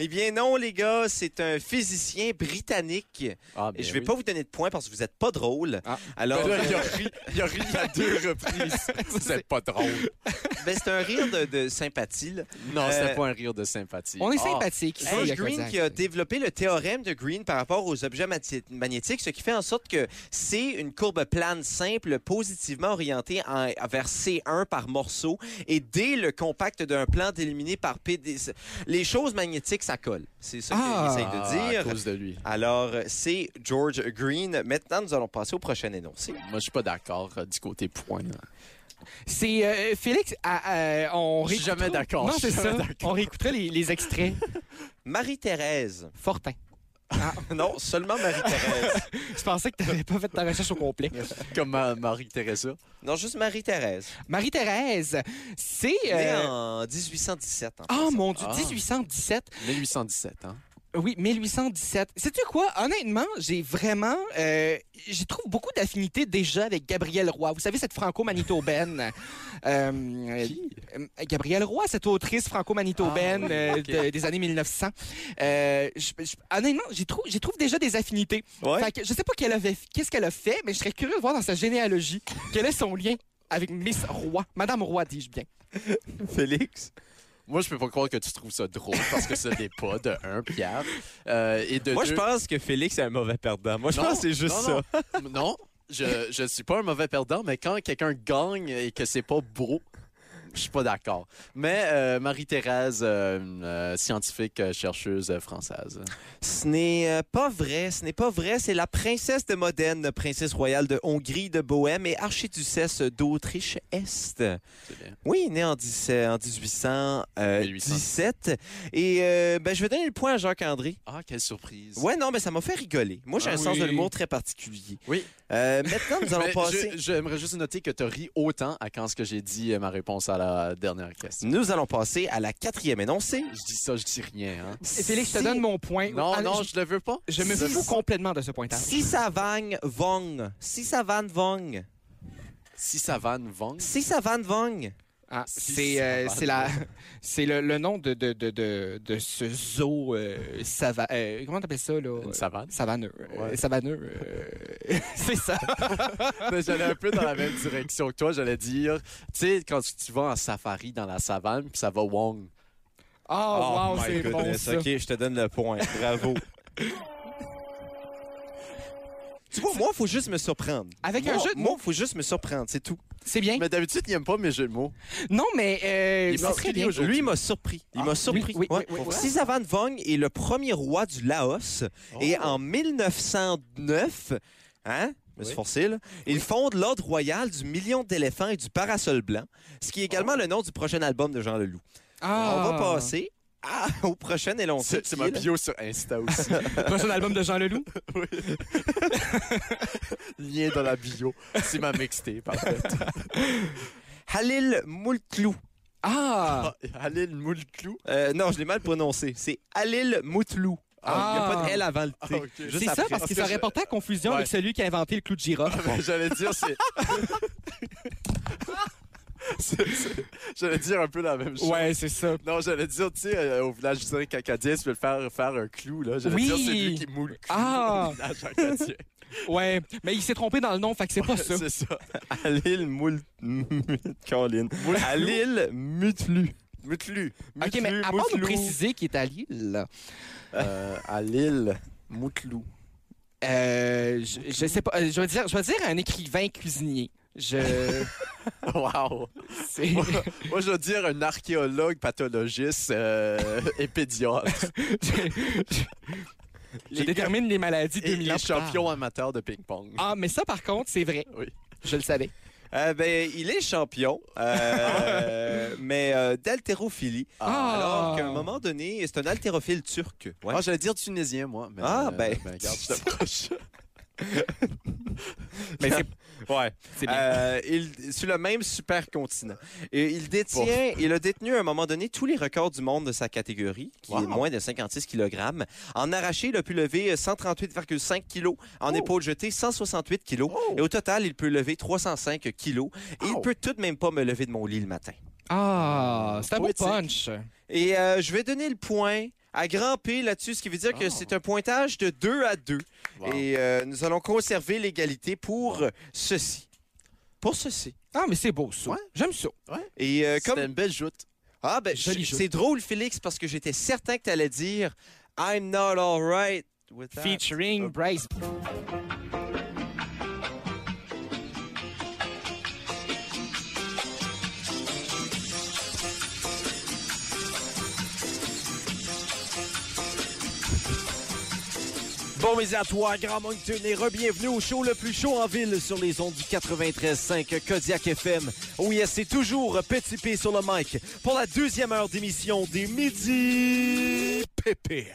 eh bien non, les gars, c'est un physicien britannique. Ah, Ben Et je vais pas vous donner de points parce que vous êtes pas drôle. Ah. Alors, il, a ri, il a ri à deux reprises. C'est pas drôle. ben, c'est un rire de, de sympathie. là. Non, c'était Euh, pas un rire de sympathie. On est Ah, sympathique. ici, George à Green Kodiak. qui a développé le théorème de Green par rapport aux objets mati- magnétiques, ce qui fait en sorte que c'est une courbe plane simple positivement orientée en- vers C1 par morceau et dès le compact d'un plan déliminé par P, des- les choses magnétiques, ça colle. C'est ça Ah. qu'il ah, essaye de À dire. cause de lui. Alors, c'est George Green. Maintenant, nous allons passer au prochain énoncé. Moi, je suis pas d'accord euh, du côté point. C'est euh, Félix. à- euh, on Je suis réécoutera- jamais d'accord, Non, je c'est suis ça. jamais On réécouterait les, les extraits. Marie-Thérèse. Fortin. Non, seulement Marie-Thérèse. Je pensais que tu n'avais pas fait ta recherche au complet. Comme ma- Marie-Thérèse. non, juste Marie-Thérèse. Marie-Thérèse, c'est. Née euh, en 1817. en Ah passant. mon Dieu, Ah. 1817. 1817, hein? Oui, 1817. Sais-tu quoi? Honnêtement, j'ai vraiment... Euh, j'y trouve beaucoup d'affinités déjà avec Gabrielle Roy. Vous savez, cette franco-manitobaine. Euh, euh, Gabrielle Roy, cette autrice franco-manitobaine Ah oui, euh, ok. de- des années 1900. Euh, je- je- honnêtement, j'y trouve, j'y trouve déjà des affinités. Ouais. Fait que je sais pas qu'elle avait, qu'est-ce qu'elle a fait, mais je serais curieux de voir dans sa généalogie quel est son lien avec Miss Roy. Madame Roy, dis-je bien. Félix. Moi, je peux pas croire que tu trouves ça drôle parce que ce n'est pas de un, Pierre. Euh, et de Moi, deux- je pense que Félix est un mauvais perdant. Moi, je Non, pense que c'est juste non, ça. non. Non, je, je suis pas un mauvais perdant, mais quand quelqu'un gagne et que c'est pas beau, je suis pas d'accord. Mais euh, Marie-Thérèse, euh, euh, scientifique euh, chercheuse euh, française. Ce n'est euh, pas vrai. Ce n'est pas vrai. C'est la princesse de Modène, princesse royale de Hongrie, de Bohème et archiduchesse d'Autriche-Est. C'est bien. Oui, née en, 17 en 1817. Et euh, ben, je vais donner le point à Jacques-André. Ah, quelle surprise. Ouais, non, mais ça m'a fait rigoler. Moi, j'ai Ah un sens de oui. l'humour très particulier. Oui. Euh, maintenant, nous allons Mais passer. je- J'aimerais juste noter que tu ri autant à quand ce que j'ai dit euh, ma réponse à la dernière question. Nous allons passer à la quatrième énoncée. Je dis ça, je dis rien. hein. Et Félix, je te donne mon point. Non, Ah, non, je, je le veux pas. je me Je le fous veux pas. complètement de ce pointage. Si ça vagne, vong. Si ça vagne, vong. Si ça vanne, vend. Si ça vagne, vong. Ah, Si c'est ça euh, va c'est la c'est le, le nom de de, de, de de ce zoo euh, sava- euh, comment t'appelles ça là Une savane. savaneux euh, Ouais. savaneux euh, c'est ça Mais J'allais un peu dans la même direction que toi. J'allais dire, tu sais, quand tu- tu vas en safari dans la savane, puis ça va wong. oh, wow c'est bon ça OK, je te donne le point. Bravo. tu vois, moi, il faut juste me surprendre. Avec Moi- un jeu de Moi, mots. il faut juste me surprendre, c'est tout. c'est bien Mais d'habitude, il n'aime pas mes jeux de mots. non mais euh, Il est c'est parti très lié bien au jeu. Aujourd'hui. Lui, il m'a surpris. Il Ah, m'a surpris. oui, oui, Ouais. oui, oui. Si ça vagne, vong est le premier roi du Laos. Et Oh. en 1909, hein, je me suis Oui. forcé, là, il fonde l'ordre royal du million d'éléphants et du parasol blanc, ce qui est également Oh. le nom du prochain album de Jean Leloup. Ah. On va passer à- au prochain énoncé. C'est c'est ma qui est- bio sur Insta aussi. prochain album de Jean Leloup Lien dans la bio. C'est ma mixtape, en fait. Halil Moultlou. ah Ah, Halil Moulclou. Euh, non, je l'ai mal prononcé. C'est Halil Moutlou. Ah. Il n'y a pas de L avant le T. Ah, ok. Juste c'est ça après. parce que Parce ça que aurait je- porté à confusion Ouais. avec celui qui a inventé le clou de girofle Mais J'allais dire, c'est. C'est- c'est- J'allais dire un peu la même chose. Ouais, c'est ça. Non, j'allais dire, tu sais, euh, au village du 5 acadien, tu peux le faire faire un clou, là. J'allais Oui. dire, c'est lui qui moule le clou Ah. au village acadien. Ouais, mais il s'est trompé dans le nom, fait que c'est pas ça. C'est ça. À Lille, moule. Colin. À Lille, mutlu. Mutlu. Ok, mais à part nous préciser qu'il est à Lille, Euh, à Lille, Moutlou. euh, je, je sais pas, euh, je vais dire, je vais dire un écrivain cuisinier. Je, Wow. c'est- moi, moi, je veux dire un archéologue pathologiste euh, et pédiatre. je, je Les- détermine les maladies Et 2000 il ans est plus tard. champion amateur de ping-pong. Ah, mais ça, par contre, c'est vrai. Oui. Je le savais. Euh, ben, il est champion, euh, mais euh, d'haltérophilie. Ah. Alors qu'à un moment donné, c'est un haltérophile turc. Ouais. Ah, j'allais dire tunisien, moi. mais, Ah, euh, ben. regarde, je t'approche. Mais c'est Ouais. c'est bien. Euh, il, sur le même supercontinent. Et il détient, il a détenu à un moment donné tous les records du monde de sa catégorie, qui Wow. est moins de 56 kg. En arraché, il a pu lever euh, 138,5 kg. En épaule jetée, 168 kg. Et au total, il peut lever 305 kg. Et il peut tout de même pas me lever de mon lit le matin. Ah, c'est un beau Poétique. punch. Et euh, je vais donner le point à grand P là-dessus, ce qui veut dire Ah. que c'est un pointage de 2 à 2. Wow. Et euh, nous allons conserver l'égalité pour ceci. Pour ceci. Ah, mais c'est beau, ça. J'aime ça. Et euh, comme C'était une belle joute. Ah, ben, Joli je- jeu. c'est drôle, Félix, parce que j'étais certain que tu allais dire I'm not alright with that. Featuring Bryce. Bon, mes à toi, Grand Moncton, et re-bienvenue au show le plus chaud en ville sur les ondes du 93.5 Kodiak FM. Oui, c'est toujours Petit P sur le mic pour la deuxième heure d'émission des Midi Pépé.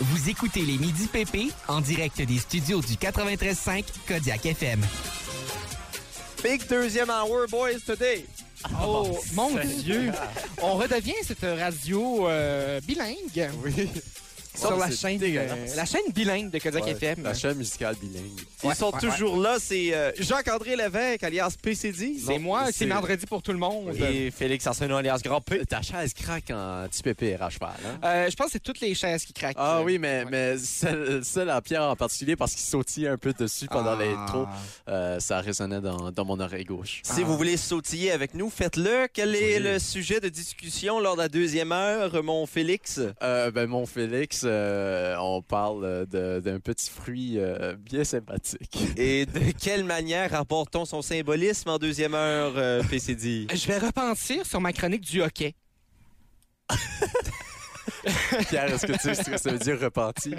Vous écoutez les Midi PP en direct des studios du 93.5 Kodiak FM. Big deuxième hour, boys, today. Oh, mon Dieu. On redevient cette radio euh, bilingue. Oui. Sur Oh, la c'est chaîne, dégueulasse. euh, la chaîne bilingue de Kodak Ouais, FM. La chaîne musicale bilingue. Ils Ouais, sont ouais, toujours là. C'est euh, Jacques-André Lévesque, alias PCD. C'est moi, c'est vendredi pour tout le monde. Et Félix Arsenault, alias Grand P. Ta chaise craque en petit pépé à cheval, hein? Euh, je pense que c'est toutes les chaises qui craquent. Ah Euh, oui, mais, ouais. mais celle, celle en pierre en particulier, parce qu'il sautillait un peu dessus pendant Ah. l'intro, euh, ça résonnait dans, dans mon oreille gauche. Ah. Si vous voulez sautiller avec nous, faites-le. Quel est Oui. le sujet de discussion lors de la deuxième heure, mon Félix? Euh, ben, mon Félix, euh, on parle euh, de- d'un petit fruit euh, bien sympathique. Et de quelle manière apporte-t-on son symbolisme en deuxième heure, euh, PCD? Je vais repentir sur ma chronique du hockey. Pierre, est-ce que tu sais ce que ça veut dire repentir?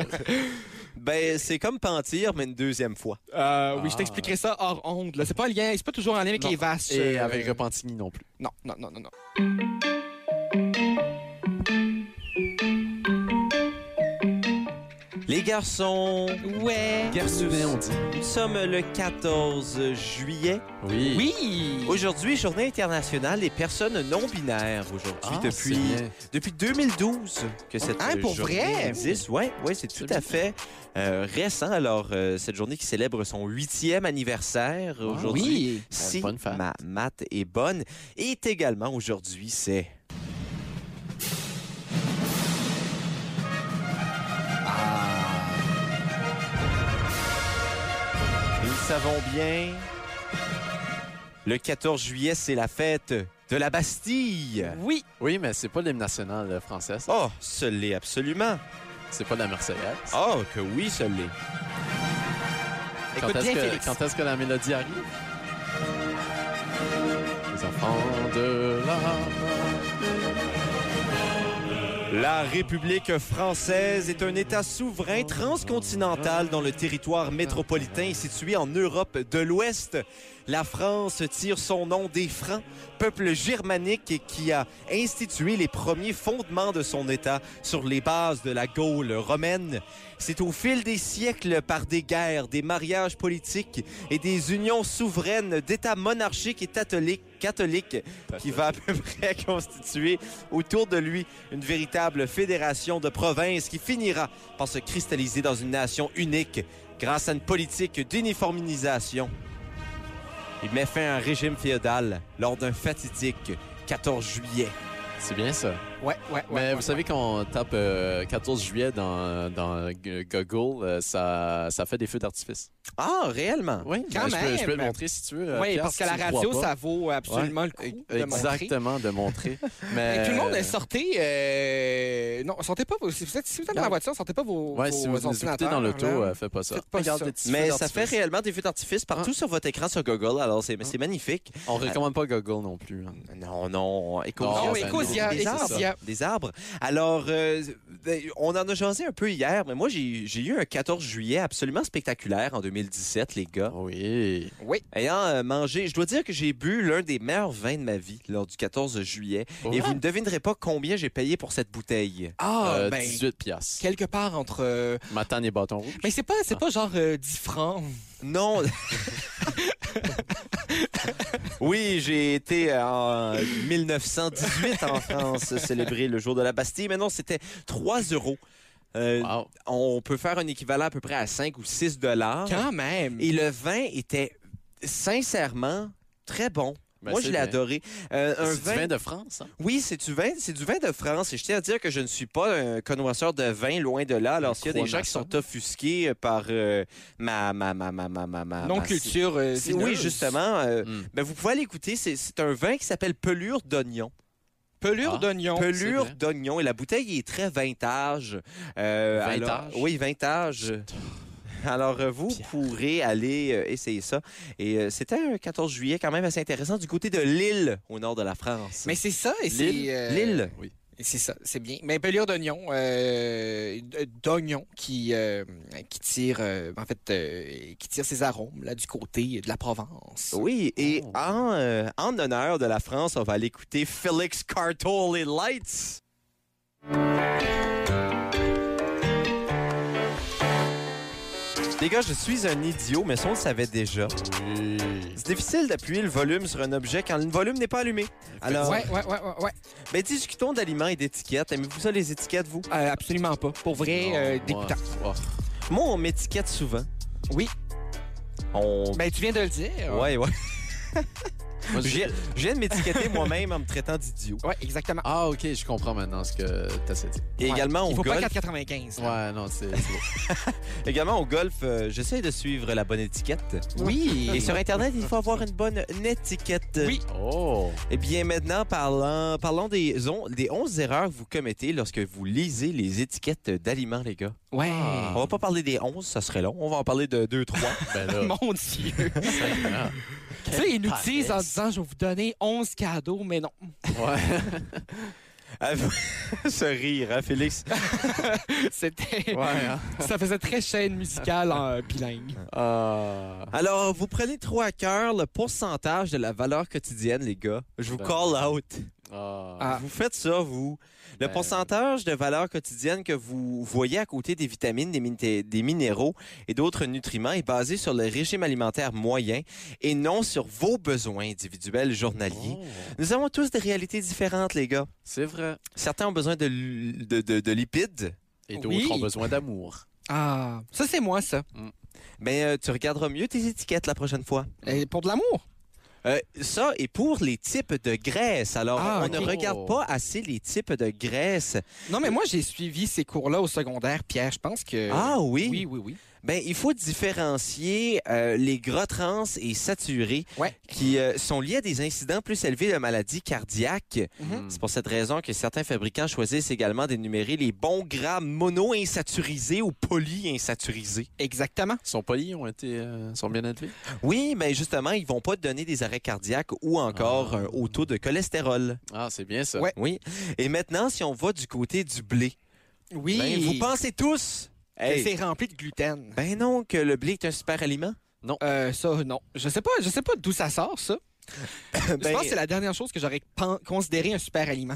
Ben, c'est comme pentir, mais une deuxième fois. Euh, Ah. Oui, je t'expliquerai ça hors onde. là. C'est pas en lien, c'est pas toujours en lien avec Non. les vaches. Et euh, avec Repentigny non plus. Non, non, non, non, non. Les garçons, Ouais. Garçonnet, on dit. nous sommes le 14 juillet. Oui. Oui. Aujourd'hui, journée internationale des personnes non binaires aujourd'hui Ah, depuis c'est bien. depuis 2012 que cette Hein, euh, pour journée vrai? existe. Ouais, ouais, c'est tout à fait euh, récent. Alors euh, cette journée qui célèbre son huitième anniversaire aujourd'hui. Oui. Si Bonne fête. ma maths est bonne, est également aujourd'hui c'est Ah. Nous le savons bien. Le 14 juillet, c'est la fête de la Bastille. Oui. Oui, mais c'est pas l'hymne national euh, français, ça. Oh, ce l'est absolument. C'est pas la Marseillaise. Ah, Oh, que oui, ce l'est. Quand Écoute est-ce bien, que- Félix. Quand est-ce que la mélodie arrive? Les enfants de la... La République française est un État souverain transcontinental dont le territoire métropolitain est situé en Europe de l'Ouest. La France tire son nom des Francs, peuple germanique qui a institué les premiers fondements de son État sur les bases de la Gaule romaine. C'est au fil des siècles, par des guerres, des mariages politiques et des unions souveraines d'États monarchiques et catholiques, catholiques qui va à peu près constituer autour de lui une véritable fédération de provinces qui finira par se cristalliser dans une nation unique grâce à une politique d'uniformisation. Il met fin à un régime féodal lors d'un fatidique 14 juillet. C'est bien ça. Ouais, ouais, ouais. Mais ouais, vous savez, quand on tape euh, 14 juillet dans, dans G- Google, euh, ça, ça fait des feux d'artifice. Ah, réellement? Oui, ben, Quand Je, peux, je peux te même. montrer si tu veux. euh, Oui, Pierre, parce si qu'à la tu le radio, vois pas. ça vaut absolument le coup de montrer. euh, Exactement, de montrer. Mais, Mais tout le monde, euh, sortez... euh, Non, sortez pas vos... Si vous êtes, si vous êtes dans la voiture, sortez pas vos, Ouais, vos si vous nous écoutez ordinateurs, dans l'auto, là. euh, faites pas ça. Faites pas Regarde ça. les petits Mais feux ça fait d'artifice. Ah. réellement des feux d'artifice partout sur votre écran sur Google, alors c'est c'est magnifique. On Euh, recommande pas Google non plus. hein. Non, non, Non, Écosia. c'est Écosia, des, des Écosia. arbres. Des arbres. Alors, euh, ben, on en a jasé un peu hier, mais moi, j'ai j'ai eu un 14 juillet absolument spectaculaire en 2017, les gars. Oui. Ayant euh, mangé, je dois dire que j'ai bu l'un des meilleurs vins de ma vie lors du 14 juillet. Et vous ne devinerez pas combien j'ai payé pour cette bouteille. Ah, Euh, ben, 18 piastres. quelque part entre... euh, Matane et bâton rouge. Mais c'est pas, c'est pas genre euh, 10 francs. Non. oui, j'ai été euh, en 1918 en France célébrer le jour de la Bastille, mais non, c'était 3 euros. Euh, Wow. On peut faire un équivalent à peu près à 5 ou 6 Ah. dollars. Quand même. Et le vin était sincèrement très bon. Ben, Moi, c'est je l'ai bien. adoré. Euh, un C'est du vin de France. hein? Oui, c'est du vin, c'est du vin de France. Et je tiens à dire que je ne suis pas un connoisseur de vin, loin de là. Alors, s'il y a des gens qui sont offusqués par euh, ma, ma, ma, ma, ma, ma, ah, ma- non bah, ma- culture. euh, c'est- Oui, vineuse. justement. euh, Mm. ben, vous pouvez aller écouter. C'est- C'est un vin qui s'appelle Pelure d'oignon. Pelure Ah. d'oignon. Pelure vrai. d'oignon. Et la bouteille est très vintage. Euh, Vintage? alors- oui, vintage. Alors, euh, vous pourrez aller euh, essayer ça. Et euh, c'était un 14 juillet quand même assez intéressant du côté de Lille, au nord de la France. Mais c'est ça, et c'est... Lille, euh, Lille. Et C'est ça, c'est bien. Mais pelure d'oignon, euh, d'oignon qui, euh, qui tire, euh, en fait, euh, qui tire ses arômes là, du côté de la Provence. Oui, et Oh. en, euh, en honneur de la France, on va aller écouter Félix Cartol et Lights. Les gars, je suis un idiot, mais ça, on le savait déjà. C'est difficile d'appuyer le volume sur un objet quand le volume n'est pas allumé. Alors, Ouais, ouais, ouais, ouais, ouais. ben, discutons d'aliments et d'étiquettes. Aimez-vous ça, les étiquettes, vous? Euh, absolument pas. Pour vrai, Non, euh, moi, dégoûtant. oh, Moi, on m'étiquette souvent. Oui. On... Ben, tu viens de le dire. Ouais, ouais. moi, Je je- viens- je viens de m'étiqueter moi-même en me traitant d'idiot. Ouais, exactement. Ah, ok, je comprends maintenant ce que t'as dit. Et Ouais. également, on Il faut golf. pas 4,95. là. Ouais, non, c'est. c'est- Également au golf, euh, j'essaie de suivre la bonne étiquette. Oui. Et sur Internet, il faut avoir une bonne étiquette. Oui. Oh! Eh bien, maintenant, parlant, parlons des, on- des 11 erreurs que vous commettez lorsque vous lisez les étiquettes d'aliments, les gars. Ouais. On va pas parler des 11, ça serait long. On va en parler de 2, 3. Ben là, Mon Dieu. sacrément. tu sais, ils nous disent en disant, je vais vous donner 11 cadeaux, mais non. Ouais. Ce Ah, rire, hein, Félix? C'était... Ouais, hein. Ça faisait très chaîne musicale en euh, bilingue. Ah. Alors, vous prenez trop à cœur le pourcentage de la valeur quotidienne, les gars. Je vous Ben. call out. Ah. Ah. Vous faites ça, vous. Le Ben- pourcentage de valeur quotidienne que vous voyez à côté des vitamines, des, minité- des minéraux et d'autres nutriments est basé sur le régime alimentaire moyen et non sur vos besoins individuels journaliers. Oh. Nous avons tous des réalités différentes, les gars. C'est vrai. Certains ont besoin de, l- de- de- de lipides. Et d'autres Oui. ont besoin d'amour. Ah, ça, c'est moi, ça. Mais euh, tu regarderas mieux tes étiquettes la prochaine fois. Et pour de l'amour. Euh, ça est pour les types de graisse. Alors, Ah, on ok. ne regarde pas assez les types de graisse. Non, mais moi, j'ai suivi ces cours-là au secondaire, Pierre. Je pense que. ah Euh, Oui, oui, oui. Ben, il faut différencier euh, les gras trans et saturés Ouais. qui euh, sont liés à des incidents plus élevés de maladies cardiaques. Hmm. Mhm. C'est pour cette raison que certains fabricants choisissent également d'énumérer les bons gras mono-insaturisés ou polyinsaturisés. Exactement. Ils sont polis, ont été, euh, sont bien élevés. Oui, mais justement, ils vont pas te donner des arrêts cardiaques ou encore Ah. un haut taux de cholestérol. Ah, c'est bien ça. Ouais. Oui. Et maintenant, si on va du côté du blé, Oui. ben, vous pensez tous que Hey, c'est rempli de gluten. ben non que le blé est un super aliment. Euh, ça, non. Je sais pas, je sais pas d'où ça sort, ça. Je Ben- pense que c'est la dernière chose que j'aurais pen- considéré un super aliment.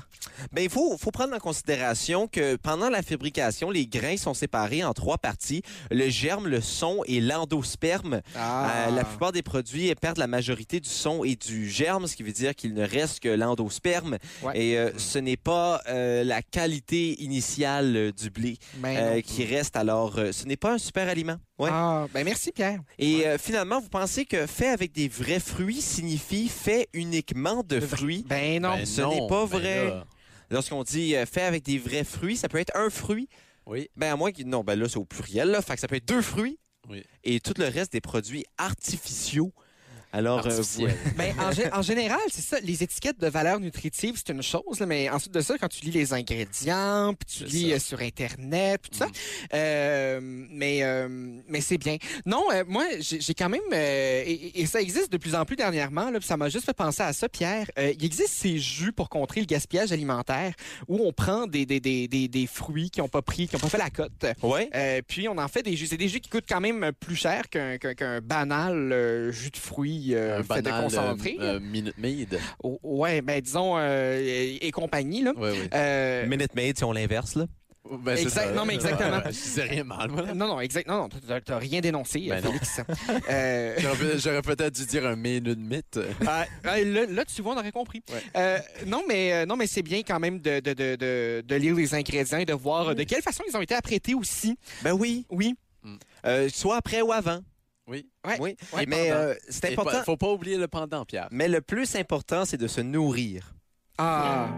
Ben, il faut, faut prendre en considération que pendant la fabrication, les grains sont séparés en trois parties le germe, le son et l'endosperme. Ah. Euh, la plupart des produits perdent la majorité du son et du germe, ce qui veut dire qu'il ne reste que l'endosperme. Ouais. Et euh, ce n'est pas euh, la qualité initiale euh, du blé Ben euh, non. qui reste. Alors, euh, ce n'est pas un super aliment. Ouais. Ah, ben merci Pierre. Et euh, finalement, vous pensez que fait avec des vrais fruits signifie fait uniquement de fruits? Ben non. Ben ce non, n'est pas ben vrai. là. Lorsqu'on dit euh, fait avec des vrais fruits, ça peut être un fruit. Oui. Ben à moins que non, ben là c'est au pluriel là, fait que ça peut être deux fruits. Oui. Et tout le reste des produits artificiaux. Alors euh, Artificiel. Ben, en, gé- en général, c'est ça. Les étiquettes de valeur nutritive, c'est une chose, là, mais ensuite de ça, quand tu lis les ingrédients, puis tu C'est lis ça. euh, sur Internet, puis tout ça, Mm. euh, mais, euh, mais c'est bien. Non, euh, moi, j'ai j'ai quand même, euh, et, et ça existe de plus en plus dernièrement, là, puis ça m'a juste fait penser à ça, Pierre. Euh, il existe ces jus pour contrer le gaspillage alimentaire où on prend des, des, des, des, des fruits qui n'ont pas pris, qui n'ont pas fait la cote. vous- ouais. Euh, puis on en fait des jus. C'est des jus qui coûtent quand même plus cher qu'un qu'un- qu'un banal euh, jus de fruits euh, Un fait de banal, concentré. euh, euh, Minute Maid. Oh, ouais, ben disons euh, et, et compagnie là. Oui, oui. Euh, Minute Maid si on l'inverse là. Ben, c'est exact- ça. non, mais exactement. Je disais rien mal, moi. euh, non, non, exact. Non, non, t'as- t'as rien dénoncé, Ben non. Félix. Euh, J'aurais peut- J'aurais peut-être dû dire un minute mythe. ah, ah, là, là, tu vois, on aurait compris. Euh, non, mais, euh, non, mais c'est bien quand même de, de, de, de, de lire les ingrédients et de voir euh, de quelle façon ils ont été apprêtés aussi. Ben oui, Oui. Euh, soit après ou avant. Oui. Ouais. Oui. Ouais, Mais pendant. euh, c'est Et pas- important. Faut pas oublier le pendant, Pierre. Mais le plus important c'est de se nourrir. Ah.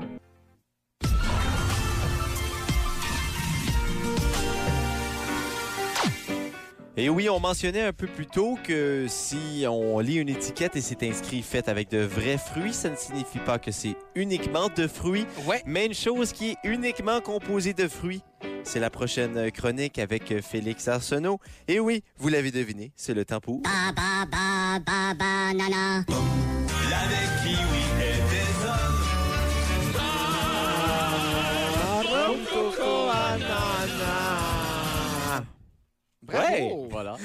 Et oui, on mentionnait un peu plus tôt que si on lit une étiquette et c'est inscrit fait avec de vrais fruits, ça ne signifie pas que c'est uniquement de fruits. Ouais. Mais une chose qui est uniquement composée de fruits, c'est la prochaine chronique avec Félix Arsenault. Et oui, vous l'avez deviné, c'est le temps pour... Ba ba ba ba ba na na. Bravo. Voilà.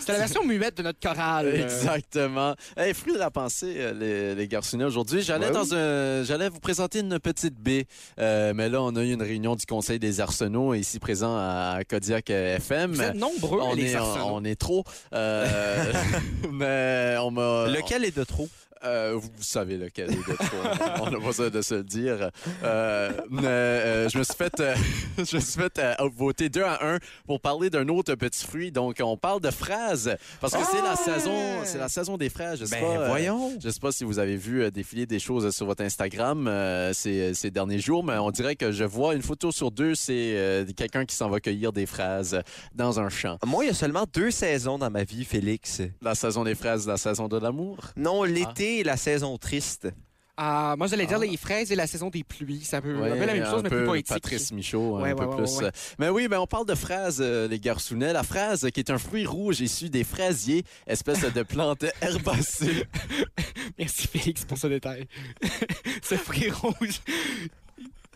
C'était la version muette de notre chorale. euh. Exactement. Hey, fruit de la pensée, euh, les, les garçonnets, aujourd'hui. J'allais Ouais, dans un, j'allais vous présenter une petite baie. Euh, mais là, on a eu une réunion du Conseil des Arsenaux ici présent à Kodiak euh, FM. Vous êtes nombreux, on, les est, arsenaux. on est trop. Euh, mais on m'a. Lequel est de trop? Euh, vous vous savez lequel est de trop. on n'a pas besoin de se le dire. Euh, mais, euh, je me suis fait, euh, je me suis fait euh, voter deux à un pour parler d'un autre petit fruit. Donc, on parle de fraises parce que c'est la saison, c'est la saison des fraises. Je sais Ah! Ben pas, euh, voyons. je sais pas si vous avez vu euh, défiler des choses sur votre Instagram euh, ces, ces derniers jours, mais on dirait que je vois une photo sur deux, c'est euh, quelqu'un qui s'en va cueillir des fraises dans un champ. Moi, il y a seulement deux saisons dans ma vie, Félix. La saison des fraises, la saison de l'amour. Non, l'été et la saison triste. Ah, moi, j'allais dire les fraises et la saison des pluies. Ça peut un peu la même Ouais, chose, mais peu plus poétique. Patrice Michaud, Ouais, un peu ouais, ouais, plus. ouais, ouais. Mais oui, ben on parle de fraise, euh, les garçonnets. La fraise euh, qui est un fruit rouge issu des fraisiers, espèce de plante herbacée. Merci, Félix, pour ce détail. ce fruit rouge.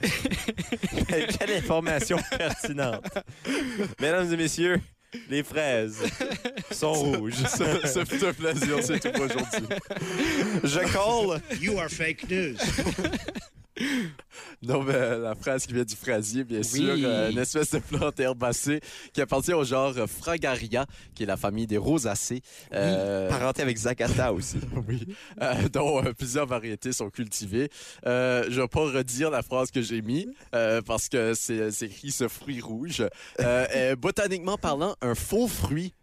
Quelle information pertinente. Mesdames et messieurs, les fraises sont rouges. ça, ça fait un plaisir, c'est tout pour aujourd'hui. Je colle. Non, mais euh, la fraise qui vient du frasier, bien sûr, euh, une espèce de plante herbacée qui appartient au genre euh, Fragaria, qui est la famille des rosacées. Euh, Parenté avec Zakata Ah, aussi. oui, euh, dont euh, plusieurs variétés sont cultivées. Euh, je vais pas redire la phrase que j'ai mis euh, parce que c'est c'est écrit ce fruit rouge. Euh, est botaniquement parlant, un faux fruit.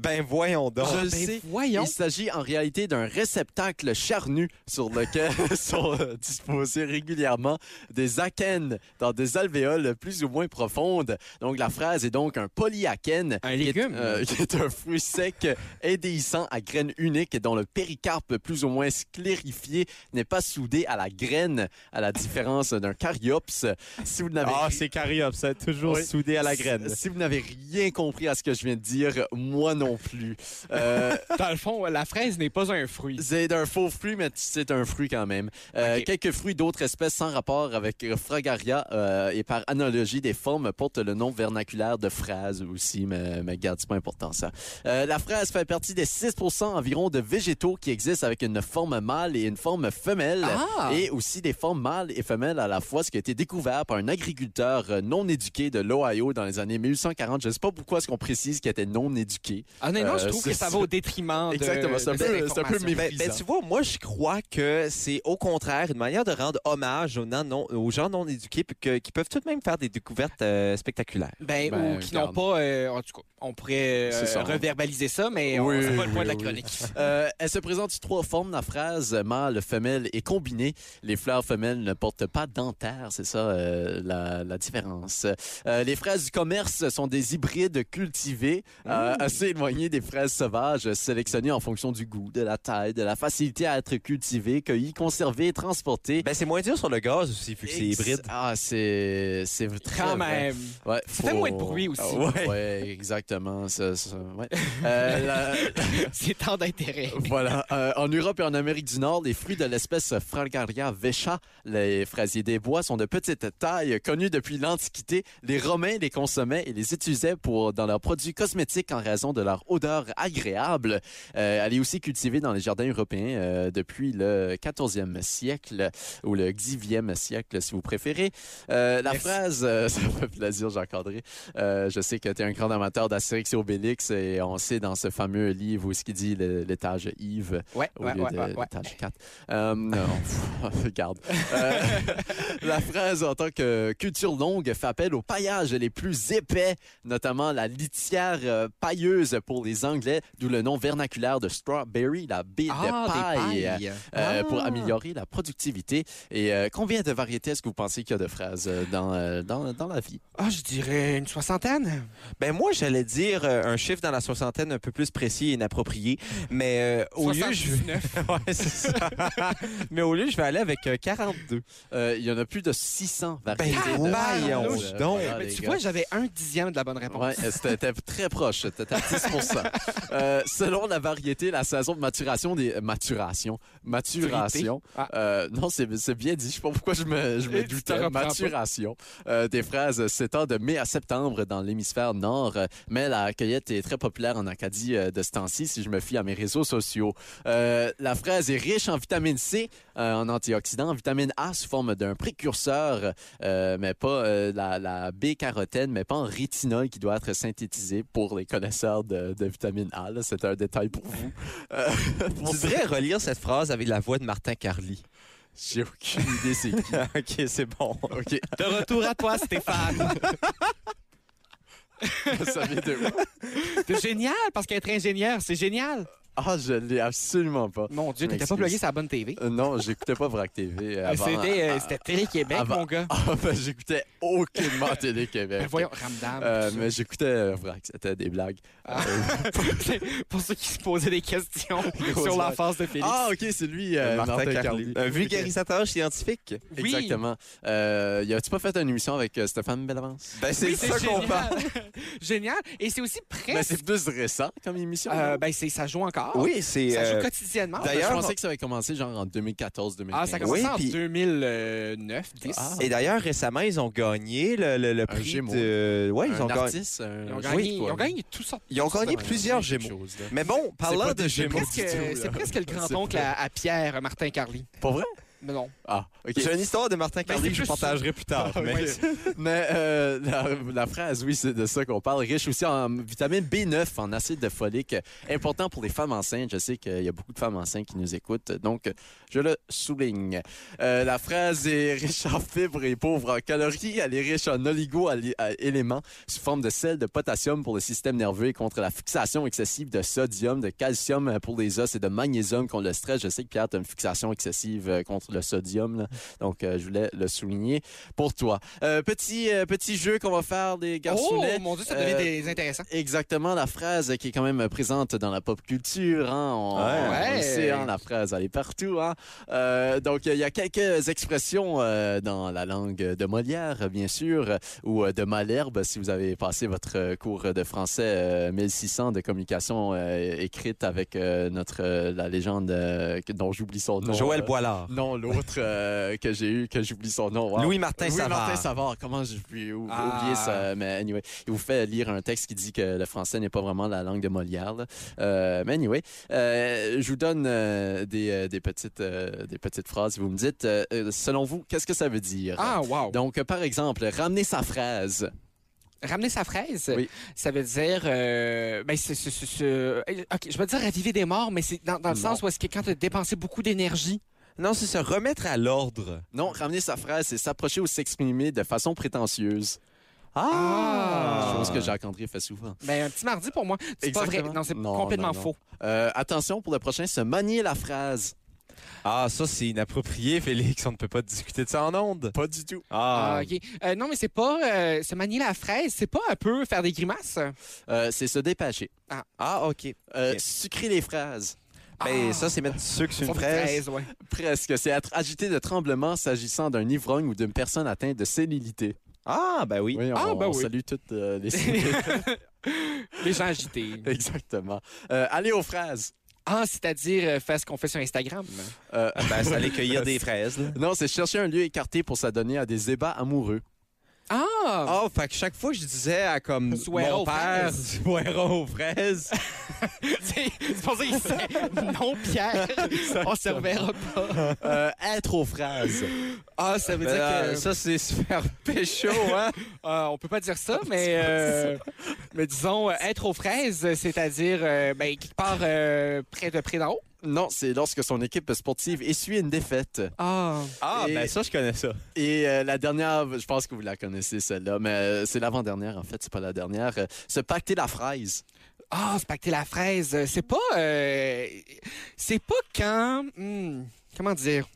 Ben voyons donc. Je le Ben, sais. voyons. Il s'agit en réalité d'un réceptacle charnu sur lequel sont euh, disposés régulièrement des akènes dans des alvéoles plus ou moins profondes. Donc la phrase est donc un polyakène. qui Un est- légume. euh, qui est un fruit sec indéhiscent à graines uniques dont le péricarpe plus ou moins sclérifié n'est pas soudé à la graine, à la différence d'un cariops. Si vous n'avez Ah, c'est cariops, toujours Oui. soudé à si vous n'avez rien compris à ce que je viens de dire, moi non plus. Euh, Dans le fond, la fraise n'est pas un fruit. c'est un faux fruit, mais c'est un fruit quand même. Euh, Ok. Quelques fruits d'autres espèces sans rapport avec Fragaria euh, et par analogie des formes portent le nom vernaculaire de phrase aussi, mais, mais garde, c'est pas important ça. Euh, la phrase fait partie des 6% environ de végétaux qui existent avec une forme mâle et une forme femelle Ah! et aussi des formes mâles et femelles à la fois, ce qui a été découvert par un agriculteur euh, non éduqué de l'Ohio dans les années 1840. Je sais pas pourquoi est-ce qu'on précise qu'il était non éduqué. Honnêtement, Ah, je Euh, trouve c'est que ça ça. va au détriment de. Exactement, c'est un de peu- cette c'est un peu information. mépris. Ben, ben, tu vois, moi, je crois que c'est au contraire une manière de rendre hommage aux, non- non- aux gens non éduqués puis que- qui peuvent tout de même faire des découvertes euh, spectaculaires. Ben, Ben, ou qui n'ont regarde. pas. euh, en tout cas, on pourrait euh, C'est ça. reverbaliser ça, mais on- Oui, c'est pas le point oui, de la oui. chronique. Euh, elle se présente sous trois formes, la phrase euh, mâle, femelle et combinée. Les fleurs femelles ne portent pas dentaire, c'est ça euh, la, la différence. Euh, les fraises du commerce sont des hybrides cultivés, Mmh. euh, assez éloignés des fraises sauvages, euh, sélectionnées en fonction du goût, de la taille, de la facilité à être cultivée, cueillie, conservée et transportée. Ben, c'est moins dur sur le gaz aussi, vu que c'est Ex- hybride. Ah, c'est c'est très Quand vrai. même. Ouais, Ça fait moins de bruit aussi. Ah, ouais. Ouais, exactement. ça- ça- ouais. Euh, la- C'est tant d'intérêt. voilà. Euh, en Europe et en Amérique du Nord, les fruits de l'espèce Fragaria vesha, les fraisiers des bois, sont de petite taille, connus depuis l'Antiquité. Les Romains les consommaient et les utilisaient pour, dans leurs produits cosmétiques en raison de leur odeur agréable. Euh, elle est aussi cultivée dans les jardins européens euh, depuis le 14e siècle ou le 10e siècle, si vous préférez. Euh, la phrase, euh, ça me fait plaisir, j'encadrerai. Euh, je sais que tu es un grand amateur d'Astérix et Obélix et on sait dans ce fameux livre où ce qui dit le- l'étage Yves Ouais, au ouais, lieu ouais, de ouais, ouais. l'étage 4. Euh, non, pff, regarde. Euh, la phrase en tant que culture longue fait appel aux paillages les plus épais, notamment la litière euh, pailleuse pour les Anglais, d'où le nom vernaculaire de strawberry, la bille de paille. euh, Ah. pour améliorer la productivité. Et euh, combien de variétés est-ce que vous pensez qu'il y a de phrases euh, dans, euh, dans, dans la vie? Ah, je dirais une soixantaine. Ben, moi, j'allais dire euh, un chiffre dans la soixantaine un peu plus précis et inapproprié, mais euh, au lieu, je... 79. Ouais, c'est ça. mais au lieu, je vais aller avec euh, 42. Euh, il y en a plus de 600 Ben, variétés. de tabarnouche phrases. donc. Voilà, Mais Ah, les tu gars. vois, j'avais un dixième de la bonne réponse. Ouais, c'était t'es très proche, c'était à 10 Euh, Selon la variété, la saison de maturation des. euh, Maturation. Maturation. Ah. Euh, non, c'est c'est bien dit. Je sais pas pourquoi je me, je me Eh, tu te doutais. reprends pas. Maturation. Euh, des phrases s'étend de mai à septembre dans l'hémisphère nord. euh, Mais la cueillette est très populaire en Acadie euh, de ce temps-ci, si je me fie à mes réseaux sociaux. Euh, la fraise est riche en vitamine C, euh, en antioxydants, en vitamine A sous forme d'un précurseur euh, mais pas euh, la, la B-carotène, mais pas en rétinol qui doit être synthétisé pour les connaisseurs de, de vitamine A. là. C'est un détail pour vous. Euh, pour Tu devrais relire cette phrase avec la voix de Martin Carly. J'ai aucune idée c'est qui. OK, c'est bon. OK, De retour à toi, Stéphane. vous savez de où? C'est génial, parce qu'être ingénieur, c'est génial. Ah, je l'ai absolument pas. Mon Dieu, t'étais pas M'excuse. plugué sur la bonne TV. Euh, non, j'écoutais pas Vrac TV euh, Euh, avant. C'était euh, c'était Télé-Québec, avant- mon gars. Ah, ben, j'écoutais aucunement Ben Télé-Québec. voyons, Ramdam. Euh, tout ça. mais j'écoutais euh, Vrac, c'était des blagues. Euh, Ah. C'est pour ceux qui se posaient des questions sur l'enfance de Félix. Ah, ok, c'est lui, euh, Martin, Carly. Un vulgarisateur scientifique. Oui. Exactement. Euh, y a-tu pas fait une émission avec euh, Stéphane Bellavance? Ben, c'est Oui, ça qu'on génial. parle. génial. Et c'est aussi Mais presque... Ben, c'est plus récent comme émission. Euh, non? ben, c'est- ça joue encore. Oui, c'est. Ça joue euh, quotidiennement. Ah, ben, d'ailleurs, je pensais que ça avait commencé genre en 2014-2015. Ah, ça commence Oui, en euh, puis- 2009, 10. Ah. Et d'ailleurs, récemment, ils ont gagné le, le- le prix Gémeaux. de. Ouais, ils un ont gagné. artiste, un Ils euh, ont oui, gagné, ils quoi. ont gagné toutes sortes. Ils ont gagné plusieurs quelque Gémeaux. chose, là. Mais bon, C'est parlant pas de des Gémeaux. Gémeaux. Presque- euh, du tout, là. C'est presque le grand-oncle C'est à, à Pierre, euh, Martin Carly. Pour vrai? Mais non. Ah, OK. J'ai une histoire de Martin c'est Carly que je plus- Ah partagerai plus Ah, tard. mais- Ouais. Mais euh, la, la phrase, oui, c'est de ça qu'on parle. Riche aussi en vitamine B9, en acide folique, important pour les femmes enceintes. Je sais qu'il y a beaucoup de femmes enceintes qui nous écoutent, donc je le souligne. Euh, la phrase est riche en fibres et pauvre en calories. Elle est riche en oligo-éléments sous forme de sel de potassium pour le système nerveux et contre la fixation excessive de sodium, de calcium pour les os et de magnésium contre le stress. Je sais que Pierre, tu une fixation excessive euh, contre le sodium. là. Donc, euh, je voulais le souligner pour toi. Euh, petit, euh, petit jeu qu'on va faire des Oh, garçonnets. mon Dieu, ça devient Euh, des- intéressant. Exactement, la phrase qui est quand même présente dans la pop culture. Hein? On, Ouais. on le sait, hein, la phrase, elle est partout. Hein? Euh, donc, il y a quelques expressions euh, dans la langue de Molière, bien sûr, euh, ou euh, de Malherbe, si vous avez passé votre euh, cours de français euh, 1600 de communication euh, écrite avec euh, notre euh, la légende euh, que- dont j'oublie son nom. Joël euh, Boilard. non, l'autre euh, que j'ai eu, que j'oublie son nom. hein. Wow. Louis-Martin Oui, Savard. Martin Savard. Comment j'ai pu ou- Ah. oublier ça? Mais anyway, il vous fait lire un texte qui dit que le français n'est pas vraiment la langue de Molière. là. Euh, mais anyway, euh, je vous donne euh, des, euh, des, petites, euh, des petites phrases. Vous me dites, euh, euh, selon vous, qu'est-ce que ça veut dire? Ah, wow. Donc, euh, par exemple, ramener sa phrase. Ramener sa fraise, Oui. ça veut dire. euh, ben, c'est, c'est- c'est- c'est- euh, OK, je vais dire raviver des morts, mais c'est dans, dans le Non. sens où est-ce que quand tu as dépensé beaucoup d'énergie. Non, c'est se remettre à l'ordre. Non, ramener sa phrase, c'est s'approcher ou s'exprimer de façon prétentieuse. Ah. Chose que Jacques-André fait souvent. Ben, un petit mardi pour moi. C'est pas Exactement. vrai. Non, c'est Non, complètement non, non. faux. Euh, attention pour le prochain, se manier la phrase. Ah, ça, c'est inapproprié, Félix. On ne peut pas discuter de ça en ondes. Pas du tout. Ah, Ah, OK. Euh, non, mais c'est pas. euh, se manier la fraise, c'est pas un peu faire des grimaces? Euh, c'est se dépêcher. ah OK. Euh, Ok. Sucrer les phrases. Ben, Ah. ça, c'est mettre du sucre sur Faire une des fraise. fraises, ouais. Presque. C'est être agité de tremblement s'agissant d'un ivrogne ou d'une personne atteinte de célilité. Ah, ben oui. on, Ah, ben on oui. salue toutes euh, les célilités. Les gens agités. Exactement. Euh, aller aux phrases. Ah, c'est-à-dire euh, faire ce qu'on fait sur Instagram. Euh, Ben, c'est aller cueillir des fraises. là. non, c'est chercher un lieu écarté pour s'adonner à des ébats amoureux. Ah! Ah, fait que chaque fois que je disais à comme Soirée mon aux père, fraises. soirée aux fraises, C'est c'est pour ça qu'il sait. Non, Pierre, on se reverra pas. Euh, être aux phrases. Ah, ça veut ben, dire euh, que. ça c'est se faire pécho, hein? Euh, on peut pas dire ça, mais, euh, mais disons, euh, être aux fraises, c'est-à-dire euh, ben, quelque part euh, près de près d'en haut. Non, c'est lorsque son équipe sportive essuie une défaite. Ah. Ah, Et- ben ça, je connais ça. Et euh, la dernière, je pense que vous la connaissez celle-là, mais euh, c'est l'avant-dernière en fait, c'est pas la dernière. Euh, se pacter la phrase. Ah, se pacter la fraise, c'est pas. euh, c'est pas quand. hmm, comment dire?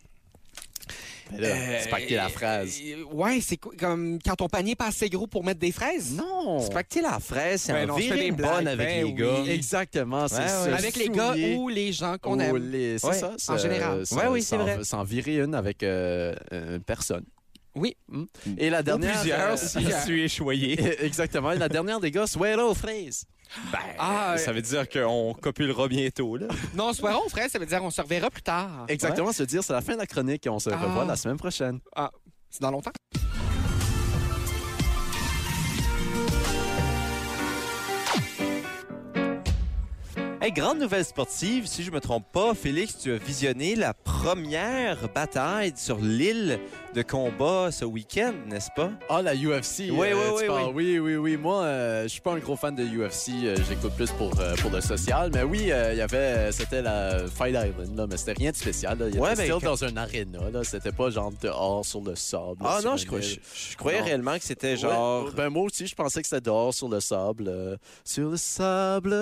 Mais Ben là, Euh, se pacter la phrase. euh, Ouais, c'est quoi- comme quand ton panier est pas assez gros pour mettre des fraises. Non. Se pacter la fraise, c'est Ben en non, je fais virer des une bonne blagues, avec ben les gars. oui. Exactement, c'est Ouais, se ouais. Avec les gars souiller ou les gens qu'on ou aime. les- c'est Ouais, ça, c'est- général. c'est- Ouais, oui, c'est s'en- vrai. S'en virer une avec euh, une personne. Oui. Hmm. Et la Ou dernière. euh, plusieurs, si plusieurs. je suis échoyé. Exactement. Et la dernière des gars, swear aux fraises. Eh ben, Ah, ça veut dire qu'on copulera bientôt, là. Non, soirons aux fraises, ça veut dire on se reverra plus tard. Exactement, se dire c'est la fin de la chronique et on se Ah. revoit la semaine prochaine. C'est dans longtemps. Hey, grande nouvelle sportive, si je me trompe pas, Félix, tu as visionné la première bataille sur l'île de combat ce week-end, n'est-ce pas? Ah, la Oui, UFC. oui, tu oui, parles. oui, oui, oui. Moi, euh, je suis pas un gros fan de UFC. euh, J'écoute plus pour, euh, pour le social. Mais oui, euh, il y avait. euh, C'était la Fight Island, là, mais c'était rien de spécial. là. Il Ouais, était ben, still quand- dans un aréna. là. C'était pas genre dehors sur le sable. là, Ah sur non, une je, crois- île. je- je croyais Non. réellement que c'était Ouais, genre... ben moi aussi, je pensais que c'était dehors sur le sable. euh, sur le sable.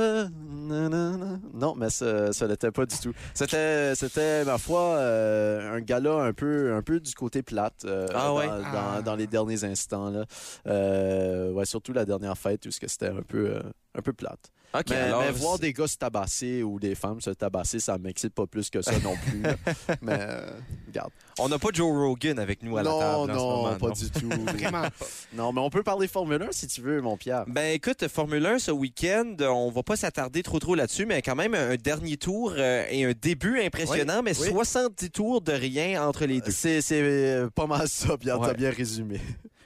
nanana. Non, mais ça, ça l'était pas du tout. C'était, c'était ma foi, euh, un gala un peu, un peu du côté plate. euh, Ah dans, ouais? dans- Ah. dans les derniers instants là. Euh, ouais, surtout la dernière fête où ce que c'était un peu, euh, un peu plate. Ok, mais, ben alors, mais voir des gars se tabasser ou des femmes se tabasser, ça m'excite pas plus que ça non plus. là. mais euh, regarde. On n'a pas Joe Rogan avec nous à la non, table en ce non, moment, pas non. du tout. Vraiment. Non, mais on peut parler Formule 1 si tu veux, mon Pierre. Ben écoute, Formule 1 ce week-end, on va pas s'attarder trop trop là-dessus, mais quand même un dernier tour euh, et un début impressionnant, mais oui. 70 tours de rien entre les deux. C'est c'est, euh, pas mal ça, bien, Ouais. t'as bien résumé.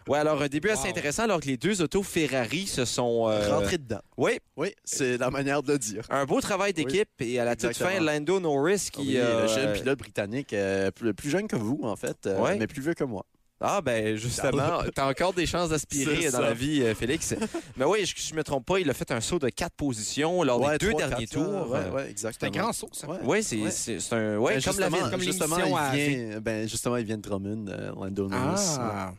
Ouais, alors un début assez Wow. intéressant alors que les deux autos Ferrari se sont euh, Rentrer dedans. Oui, Oui, c'est la manière de le dire. un beau travail d'équipe et à la toute Exactement. fin Lando Norris qui Oui, euh, le jeune pilote britannique, euh, plus, plus jeune que vous, en fait, euh, Ouais. mais plus vieux que moi. Ah ben justement, t'as encore des chances C'est d'aspirer dans ça. la vie, euh, Félix. Mais oui, je, je me trompe pas, il a fait un saut de quatre positions lors Ouais, des deux trois, derniers quatre ans, tours. euh, Ouais, ouais, C'est un exactement. grand saut, ça. Ouais. Oui, c'est Ouais. c'est- c'est un. Ouais, Ben, comme la justement, ville. comme justement, l'émission à Ah. il vient, ben, justement, il vient de Drummond, euh, Lando Norris. Ah.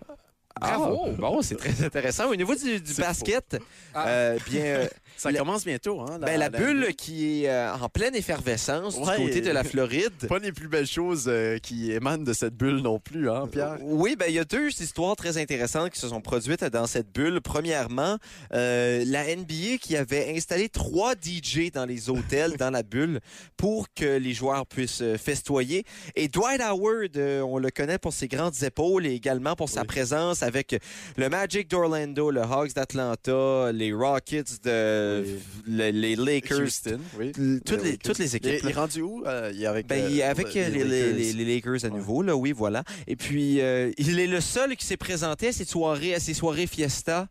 Bravo! bon, Oh, c'est très intéressant. Au niveau du, du C'est Ah. basket, euh, bien, euh, Ça La- commence bientôt. Hein, ben, la bulle qui est euh, en pleine effervescence Ouais. du côté de la Floride. Pas les plus belles choses euh, qui émanent de cette bulle non plus, hein, Pierre? Oui, ben il y a deux histoires très intéressantes qui se sont produites dans cette bulle. Premièrement, euh, la NBA qui avait installé trois DJ dans les hôtels, dans la bulle, pour que les joueurs puissent euh, festoyer. Et Dwight Howard, euh, on le connaît pour ses grandes épaules et également pour sa présence avec le Magic d'Orlando, le Hawks d'Atlanta, les Rockets de le- les Lakers, Houston, Ben oui. toutes les, toutes les Il, équipes. il est rendu où? euh, il est avec, Ben, euh, il est avec euh, les, les- les- les Lakers à Ouais. nouveau, là, oui, voilà. Et puis, euh, il est le seul qui s'est présenté à ces soirées, à ces soirées fiesta.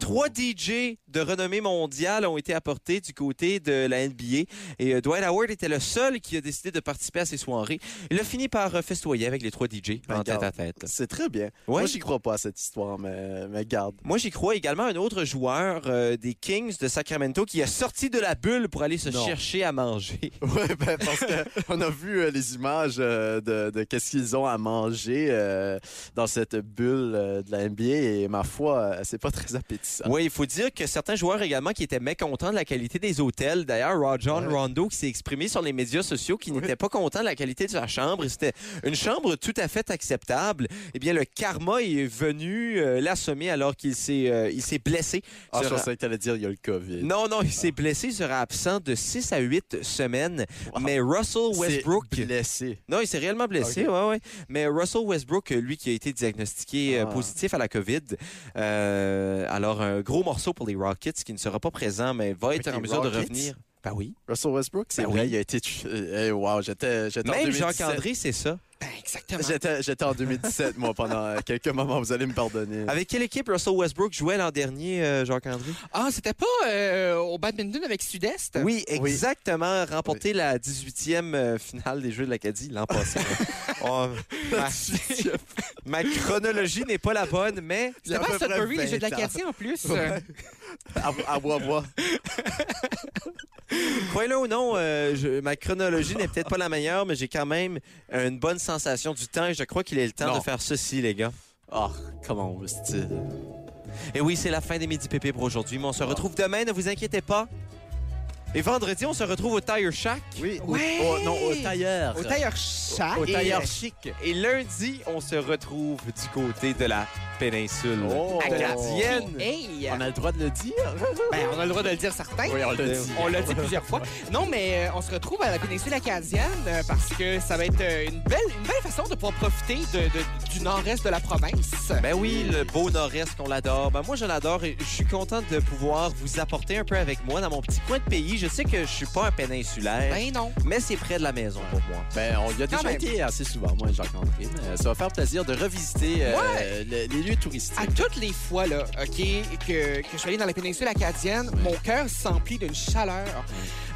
Trois DJ de renommée mondiale ont été apportés du côté de la NBA. Et euh, Dwight Howard était le seul qui a décidé de participer à ces soirées. Il a fini par euh, festoyer avec les trois DJ Ben, en tête garde. à tête. C'est très bien. Ouais. Moi, j'y crois pas à cette histoire, mais, mais garde. Moi, j'y crois également un autre joueur euh, des Kings de Sacramento qui a sorti de la bulle pour aller se Non. chercher à manger. Oui, ben, parce qu'on a vu euh, les images euh, de, de qu'est-ce qu'ils ont à manger euh, dans cette bulle euh, de la NBA et ma foi, euh, c'est pas très appétissant. Oui, il faut dire que certains joueurs également qui étaient mécontents de la qualité des hôtels. D'ailleurs, Ro- John Ouais. Rondo qui s'est exprimé sur les médias sociaux qui Oui. n'était pas content de la qualité de sa chambre. C'était une chambre tout à fait acceptable. Eh bien, le karma est venu euh, l'assommer alors qu'il s'est euh, il s'est blessé. Ah, je Sera- pensais que t'allais dire il Ah. y a le COVID. Non, non, il s'est blessé, il sera absent de 6 à 8 semaines. Mais Russell C'est Westbrook... blessé. Non, il s'est réellement blessé, ouais, ouais. Mais Russell Westbrook, lui, qui a été diagnostiqué euh, Ah. positif à la COVID, euh, alors un gros morceau pour les Rockets qui ne sera pas présent, mais va être Avec en les mesure de Rockets? revenir. Ben oui. Russell Westbrook, c'est Ben vrai, oui. il a été. eh, wow, j'étais, j'étais en Même 2017. Jacques-André, c'est ça. Ben, exactement. J'étais, j'étais en 2017, moi, pendant euh, quelques moments. Vous allez me pardonner. Avec quelle équipe Russell Westbrook jouait l'an dernier, euh, Jacques-André? Ah, c'était pas euh, au badminton avec Sud-Est? Oui, exactement. Remporté la 18e euh, finale des Jeux de l'Acadie l'an passé. Oh, ma, ma chronologie n'est pas la bonne, mais... C'était pas à à peu près Sudbury, les 20 Jeux de ans. l'Acadie en plus. Ouais. À, à bois, bois. Croyez-le ou non, euh, je- ma chronologie n'est peut-être pas la meilleure, mais j'ai quand même une bonne sensation du temps et je crois qu'il est le temps Non. de faire ceci, les gars. Oh, comment on style. Et oui, c'est la fin des Midi Pépé pour aujourd'hui, mais on se retrouve demain, ne vous inquiétez pas. Et vendredi, on se retrouve au Tire Shack. Oui, au- Ouais. au- non, au tailleur. Au tailleur chat. Au Et- tailleur chic. Et lundi, on se retrouve du côté de la péninsule Oh. acadienne. Hey! On a le droit de le dire? Ben, on a le droit de le dire certain. Oui, on l'a dit. On l'a dit plusieurs fois. Non, mais euh, on se retrouve à la péninsule acadienne euh, parce que ça va être euh, une belle, une belle façon de pouvoir profiter de- de- du nord-est de la province. Ben oui, le beau nord-est qu'on l'adore. Ben moi, je l'adore et je suis content de pouvoir vous apporter un peu avec moi dans mon petit coin de pays. Je sais que je suis pas un péninsulaire. Ben non. mais c'est près de la maison pour moi. Ben, on y a déjà même. été assez souvent, moi, Jacques-André. mais Ça va faire plaisir de revisiter euh, le- les lieux touristiques. À toutes les fois là, ok, que, que je suis allé dans la péninsule acadienne, mon cœur s'emplit d'une chaleur.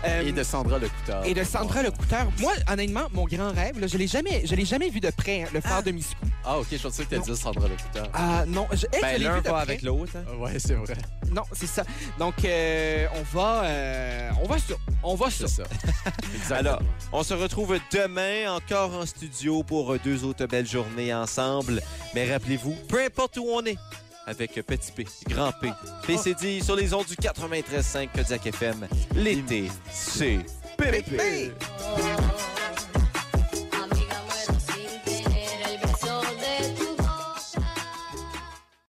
Euh, Et de Sandra Ah, le Couteur. et de Sandra le Couteur. Moi, honnêtement, mon grand rêve, là, je l'ai jamais, je l'ai jamais vu de près, hein, le phare de Missou. Ah, ok, je pensais que t'as dit Sandra le Couteur. Ah non, je, Ben, eh, je l'ai vu de près. l'autre. Ah, Ouais, c'est vrai. Non, c'est ça. Donc, euh, on va, euh, on va sur, on va sur. C'est ça. Exactement. Alors, On se retrouve demain encore en studio pour deux autres belles journées ensemble. Mais rappelez-vous, peu importe où on est, avec Petit P, Grand P, PCD sur les ondes du 93.5 Kodiak FM, l'été, c'est PPP. Hey!